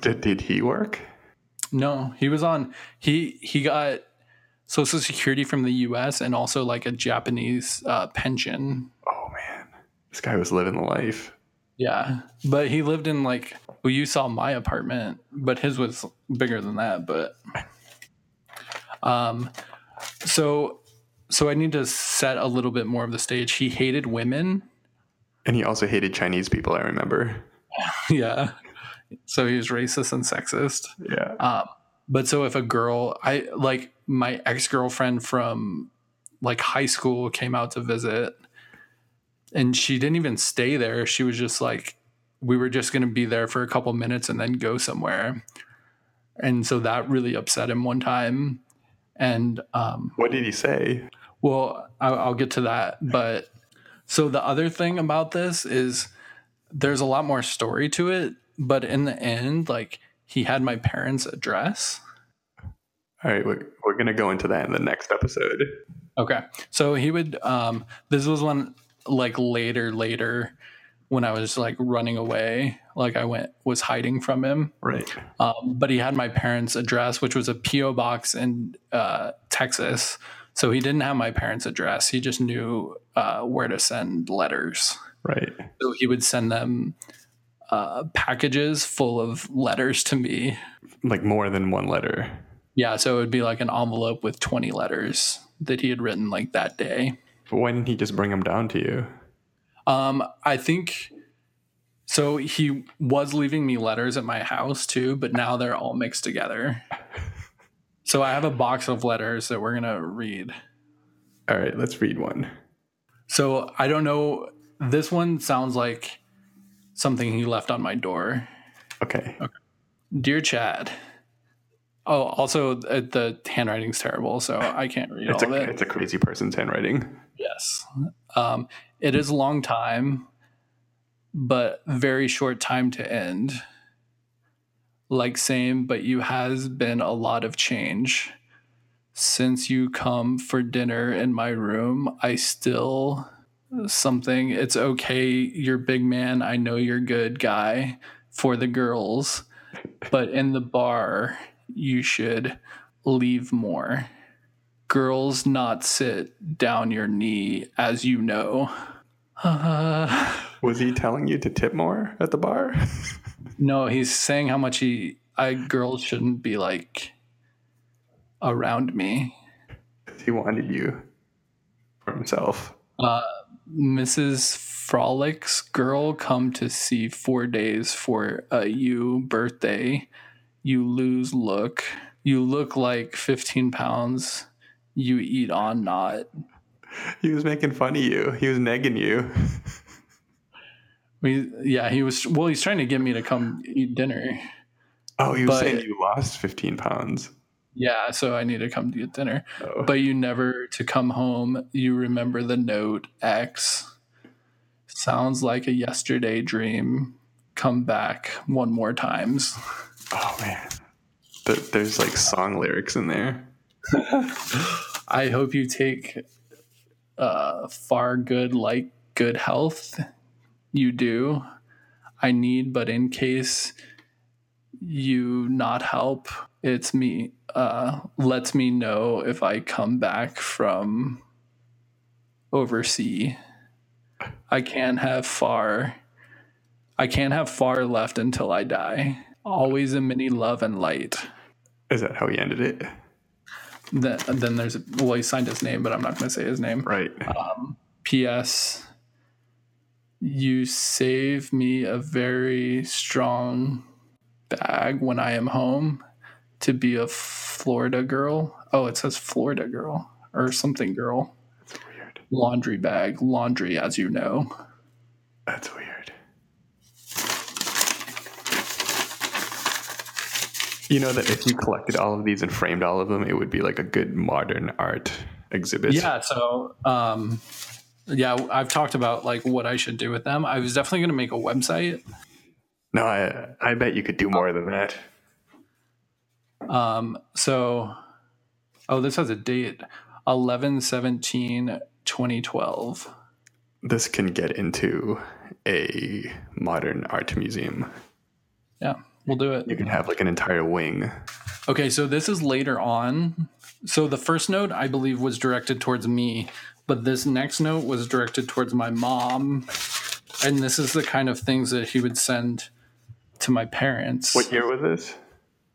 Speaker 1: Did, did he work?
Speaker 3: no, he was on. He he got social security from the U.S. and also like a Japanese uh, pension.
Speaker 1: Oh man, this guy was living the life.
Speaker 3: Yeah, but he lived in like well, you saw my apartment, but his was bigger than that. But um, so so I need to set a little bit more of the stage. He hated women.
Speaker 1: And he also hated Chinese people, I remember.
Speaker 3: yeah, so he was racist and sexist.
Speaker 1: Yeah.
Speaker 3: But so if a girl, I like my ex girlfriend from like high school came out to visit and she didn't even stay there. She was just like, we were just going to be there for a couple minutes and then go somewhere. And so that really upset him one time. And, um,
Speaker 1: What did he say?
Speaker 3: well, I, I'll get to that. But so the other thing about this is there's a lot more story to it. But in the end, like he had my parents' address.
Speaker 1: All right, we're, we're going to go into that in the next episode.
Speaker 3: Okay. So he would um this was one like later later when I was like running away, like I went was hiding from him.
Speaker 1: Right.
Speaker 3: Um, but he had my parents' address, which was a PO box in uh, Texas. So he didn't have my parents' address. He just knew uh, where to send letters.
Speaker 1: Right.
Speaker 3: So he would send them uh, packages full of letters to me.
Speaker 1: Like more than one letter.
Speaker 3: Yeah. So it would be like an envelope with 20 letters that he had written like that day.
Speaker 1: But why didn't he just bring them down to you?
Speaker 3: Um, I think so. He was leaving me letters at my house too, but now they're all mixed together. So I have a box of letters that we're gonna read.
Speaker 1: All right, let's read one.
Speaker 3: So I don't know. This one sounds like something he left on my door.
Speaker 1: Okay.
Speaker 3: Dear Chad. Oh, also uh, the handwriting's terrible, so I can't read
Speaker 1: It's
Speaker 3: all
Speaker 1: a,
Speaker 3: of it.
Speaker 1: it's a crazy person's handwriting.
Speaker 3: Yes. Um, it is a long time, but very short time to end. Like same, but you has been a lot of change. Since you come for dinner in my room, I still something. It's okay, you're big man. I know you're good guy for the girls, but in the bar, you should leave more girls not sit down your knee as you know uh,
Speaker 1: Was he telling you to tip more at the bar?
Speaker 3: no he's saying how much he i girls shouldn't be like around me
Speaker 1: he wanted you for himself.
Speaker 3: mrs frolics girl come to see four days for a you birthday you lose look you look like 15 pounds you eat on not
Speaker 1: He was making fun of you. He was negging you.
Speaker 3: we, yeah he was well he's trying to get me to come eat dinner
Speaker 1: Oh, he was
Speaker 3: But-
Speaker 1: saying you lost 15 pounds.
Speaker 3: Yeah, so I need to come to get dinner.
Speaker 1: Oh.
Speaker 3: But you never to come home. You remember the note X. Sounds like a yesterday dream. Come back one more times.
Speaker 1: Oh, man. Th- there's like song lyrics in there.
Speaker 3: I hope you take uh, far good like good health. You do. I need, but in case you not help, it's me. Uh, lets me know if I come back from oversea. I can't have far. I can't have far left until I die. Always a mini love and light.
Speaker 1: Is that how he ended it?
Speaker 3: Then, then there's well, he signed his name, but I'm not going to say his name.
Speaker 1: Right.
Speaker 3: P.S. You save me a very strong bag when I am home to be a Florida girl. Oh, it says Florida girl or something girl.
Speaker 1: weird.
Speaker 3: Laundry bag, laundry, as you know.
Speaker 1: That's weird. You know that if you collected all of these and framed all of them, it would be like a good modern art exhibit.
Speaker 3: Yeah. So, um, yeah, I've talked about like what I should do with them. I was definitely going to make a website.
Speaker 1: No, I, I bet you could do more than that.
Speaker 3: Um, so, oh, this has a date. 11 17 2012.
Speaker 1: This can get into a modern art museum.
Speaker 3: Yeah, we'll do it.
Speaker 1: You can have like an entire wing.
Speaker 3: Okay, so this is later on. So the first note, I believe, was directed towards me, but this next note was directed towards my mom. And this is the kind of things that he would send to my parents.
Speaker 1: What year was this?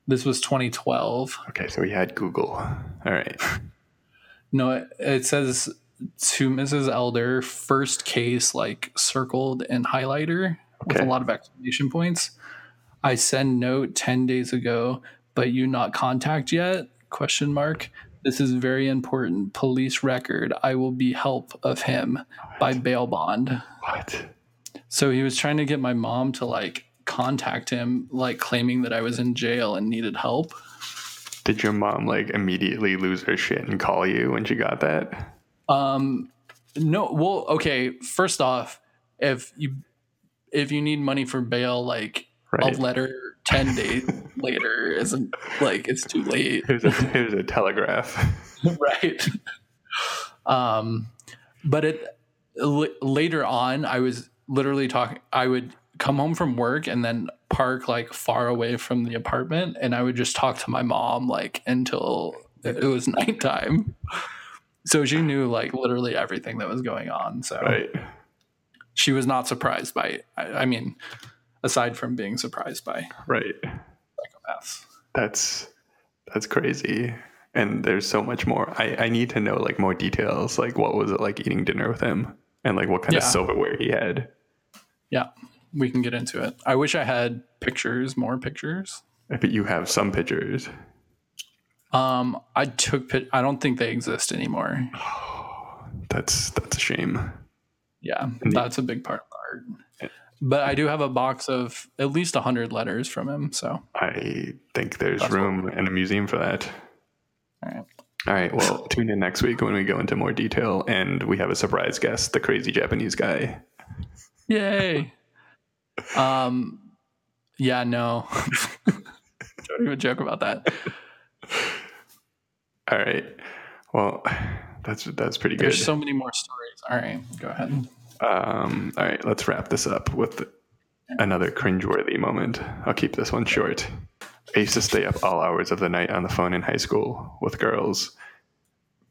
Speaker 3: This was 2012.
Speaker 1: Okay, so we had Google. All right.
Speaker 3: No, it, it says to Mrs. Elder, first case, like circled and highlighter with a
Speaker 1: Okay.
Speaker 3: lot of exclamation points. I send note 10 days ago, but you not contact yet? Question mark. This is very important. Police record. I will be help of him by bail bond.
Speaker 1: What?
Speaker 3: So he was trying to get my mom to like contact him, like claiming that I was in jail and needed help.
Speaker 1: Did your mom like immediately lose her shit and call you when she got that?
Speaker 3: Um, no, well, okay. First off, if you if you need money for bail, like
Speaker 1: Right.
Speaker 3: a letter ten days later isn't like it's too late,
Speaker 1: Here's a here's a telegraph.
Speaker 3: right? um, but it l- later on, I was literally talking. I would come home from work and then park like far away from the apartment, and I would just talk to my mom like until it was nighttime. So she knew like literally everything that was going on. So
Speaker 1: Right.
Speaker 3: she was not surprised by it. I, I mean, aside from being surprised by
Speaker 1: Right.
Speaker 3: psychopaths.
Speaker 1: That's that's crazy. And there's so much more. I, I need to know like more details. Like what was it like eating dinner with him? And like what kind of
Speaker 3: Yeah.
Speaker 1: silverware he had.
Speaker 3: Yeah, we can get into it. I wish I had pictures, more pictures.
Speaker 1: I bet you have some pictures.
Speaker 3: Um, I took pic- I don't think they exist anymore.
Speaker 1: That's that's a shame.
Speaker 3: Yeah, that's a big part of the art. But I do have a box of at least hundred letters from him. So,
Speaker 1: I think there's room in a museum for that.
Speaker 3: all right.
Speaker 1: All right. Well, tune in next week when we go into more detail and we have a surprise guest, the crazy Japanese guy.
Speaker 3: yay. Um, yeah, no, don't even joke about that.
Speaker 1: All right. Well, that's that's pretty good.
Speaker 3: There's so many more stories. All right, go ahead.
Speaker 1: um, all right. Let's wrap this up with another cringeworthy moment. I'll keep this one short. I used to stay up all hours of the night on the phone in high school with girls,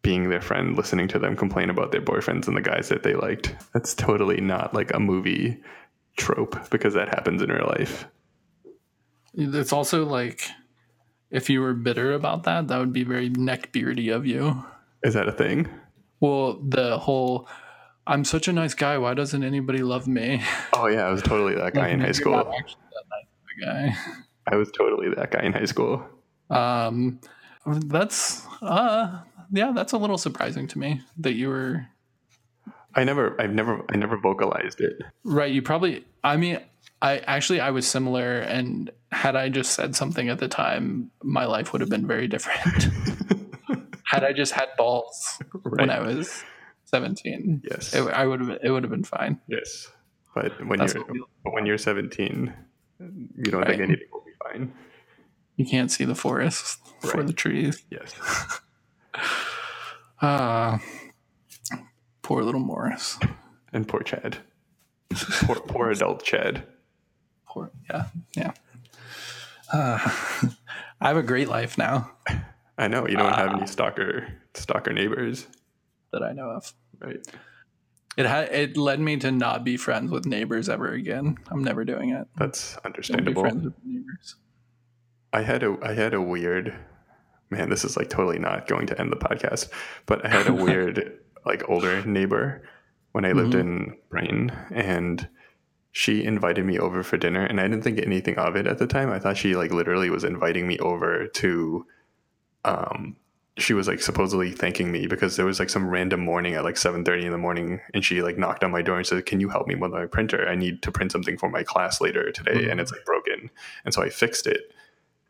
Speaker 1: being their friend, listening to them complain about their boyfriends and the guys that they liked. That's totally not like a movie trope because that happens in real life.
Speaker 3: It's also like if you were bitter about that, that would be very neckbeardy of you.
Speaker 1: Is that a thing?
Speaker 3: Well, the whole I'm such a nice guy, why doesn't anybody love me?
Speaker 1: Oh yeah, I was totally that guy in high
Speaker 3: You're
Speaker 1: school.
Speaker 3: not actually that nice of
Speaker 1: I was totally that guy in high school.
Speaker 3: a guy. Um that's uh yeah, that's a little surprising to me that you were
Speaker 1: I never, I've never, I never vocalized it.
Speaker 3: right, you probably I mean I actually I was similar and had I just said something at the time, my life would have been very different. had I just had balls when I was 17.
Speaker 1: Yes.
Speaker 3: It, I would have. It would have been fine.
Speaker 1: Yes, but when
Speaker 3: That's
Speaker 1: you're
Speaker 3: what we-
Speaker 1: but when you're 17, you don't
Speaker 3: Right.
Speaker 1: think anything will be fine.
Speaker 3: You can't see the forest for
Speaker 1: Right.
Speaker 3: the trees.
Speaker 1: Yes.
Speaker 3: Ah, poor little Morris.
Speaker 1: And poor Chad, poor poor adult Chad.
Speaker 3: Poor. Yeah. Yeah. Ah, I have a great life now
Speaker 1: I know you don't have
Speaker 3: Ah.
Speaker 1: any stalker stalker neighbors,
Speaker 3: that I know of.
Speaker 1: right?
Speaker 3: It had. It led me to not be friends with neighbors ever again. I'm never doing it.
Speaker 1: That's
Speaker 3: Don't be
Speaker 1: understandable.
Speaker 3: friends with neighbors.
Speaker 1: I had a I had a weird man, this is like totally not going to end the podcast, but I had a weird like older neighbor when I lived in Brighton and she invited me over for dinner and I didn't think anything of it at the time. I thought she like literally was inviting me over to um she was like supposedly thanking me because there was like some random morning at like 7:30 in the morning and she like knocked on my door and said, "Can you help me with my printer? I need to print something for my class later today and it's like broken." And so I fixed it.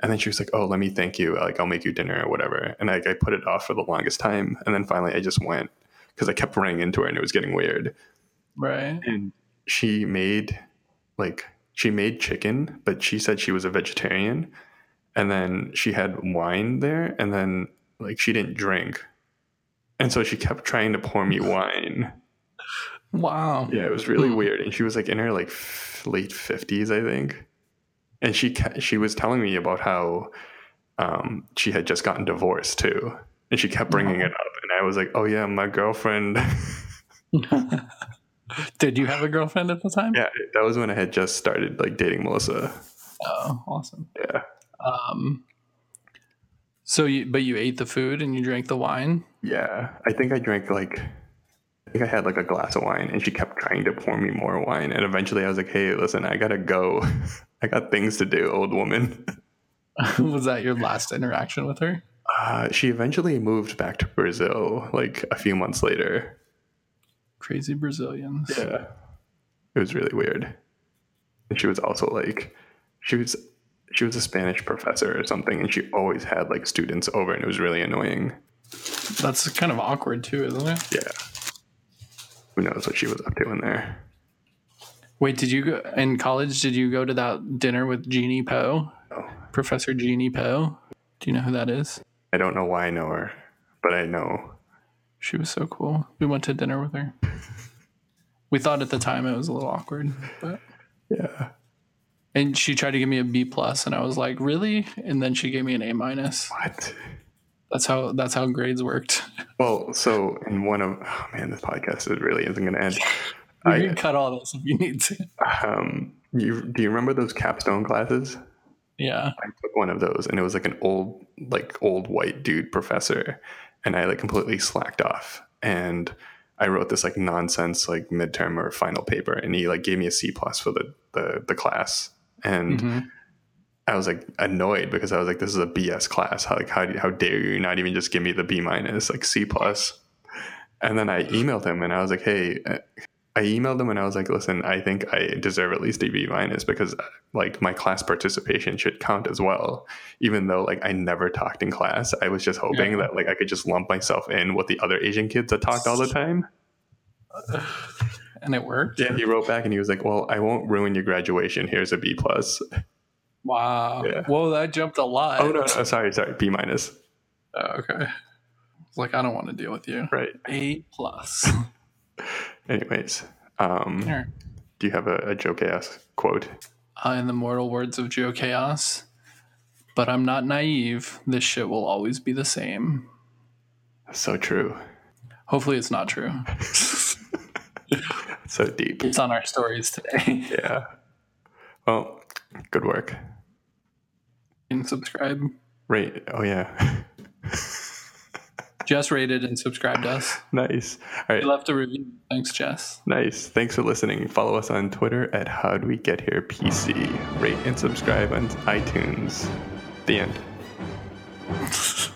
Speaker 1: And then she was like, "Oh, let me thank you. Like, I'll make you dinner or whatever." And I, I put it off for the longest time, and then finally I just went because I kept running into her and it was getting weird.
Speaker 3: Right.
Speaker 1: And she made like she made chicken, but she said she was a vegetarian. And then she had wine there, and then like she didn't drink, And so she kept trying to pour me wine.
Speaker 3: Wow.
Speaker 1: Yeah, it was really weird. And she was like in her like f- late fifties, I think. And she ca- she was telling me about how um, she had just gotten divorced too, and she kept bringing it up. And I was like, "Oh yeah, my girlfriend."
Speaker 3: Did you have a girlfriend at the time?
Speaker 1: yeah, that was when I had just started like dating Melissa.
Speaker 3: Oh, awesome.
Speaker 1: Yeah.
Speaker 3: Um, so you, but you ate the food and you drank the wine.
Speaker 1: Yeah, I think I drank like I think I had like a glass of wine, and she kept trying to pour me more wine. And eventually, I was like, "Hey, listen, I gotta go. I got things to do, old woman."
Speaker 3: was that your last interaction with her?
Speaker 1: Uh, she eventually moved back to Brazil like a few months later.
Speaker 3: Crazy Brazilians.
Speaker 1: Yeah, it was really weird. And she was also like, she was she was a Spanish professor or something, and she always had like students over, and it was really annoying.
Speaker 3: That's kind of awkward too, isn't it?
Speaker 1: Yeah, who knows what she was up to in there.
Speaker 3: Wait, did you go in college? Did you go to that dinner with Jeannie Poe,
Speaker 1: Oh.
Speaker 3: Professor Jeannie Poe? Do you know who that is?
Speaker 1: I don't know why I know her, but I know
Speaker 3: She was so cool. We went to dinner with her. We thought at the time it was a little awkward, but
Speaker 1: Yeah.
Speaker 3: And she tried to give me a B plus, and I was like, "Really?" And then she gave me an A minus.
Speaker 1: What?
Speaker 3: That's how that's how grades worked.
Speaker 1: Well, so in one of oh man, this podcast is really isn't going to end.
Speaker 3: You
Speaker 1: I-
Speaker 3: can cut all this if you need to.
Speaker 1: Um, you do you remember those capstone classes?
Speaker 3: Yeah.
Speaker 1: I took one of those, and it was like an old, like old white dude professor, and I like completely slacked off, and I wrote this like nonsense like midterm or final paper, and he like gave me a C plus for the the the class, and
Speaker 3: Mhm.
Speaker 1: I was like annoyed because I was like, this is a BS class. How like how how dare you not even just give me the B minus like C plus? And then I emailed him and I was like, hey, uh, I emailed him and I was like, listen, I think I deserve at least a B minus because uh, like my class participation should count as well. Even though like I never talked in class, I was just hoping
Speaker 3: Yeah.
Speaker 1: that like I could just lump myself in with the other Asian kids that talked all the time.
Speaker 3: And it worked.
Speaker 1: Yeah, he wrote back and he was like, well, I won't ruin your graduation. Here's a B plus.
Speaker 3: Wow.
Speaker 1: Yeah.
Speaker 3: Whoa, that jumped a lot.
Speaker 1: Oh no, no, sorry, sorry, B minus.
Speaker 3: Oh, okay. It's like I don't want to deal with you.
Speaker 1: Right.
Speaker 3: A plus. All
Speaker 1: Anyways, um,
Speaker 3: right.
Speaker 1: do you have a, a joke ass quote?
Speaker 3: uh, in the mortal words of Joe Chaos. But I'm not naive. This shit will always be the same.
Speaker 1: So true.
Speaker 3: Hopefully, it's not true.
Speaker 1: So deep.
Speaker 3: It's on our stories today.
Speaker 1: Yeah. Well, good work.
Speaker 3: and subscribe.
Speaker 1: Right. Oh, yeah.
Speaker 3: Jess rated and subscribed us.
Speaker 1: nice. All
Speaker 3: He
Speaker 1: right.
Speaker 3: left a review. Thanks, Jess.
Speaker 1: Nice. Thanks for listening. Follow us on Twitter at How Do We Get Here PC. Rate and subscribe on iTunes. The end.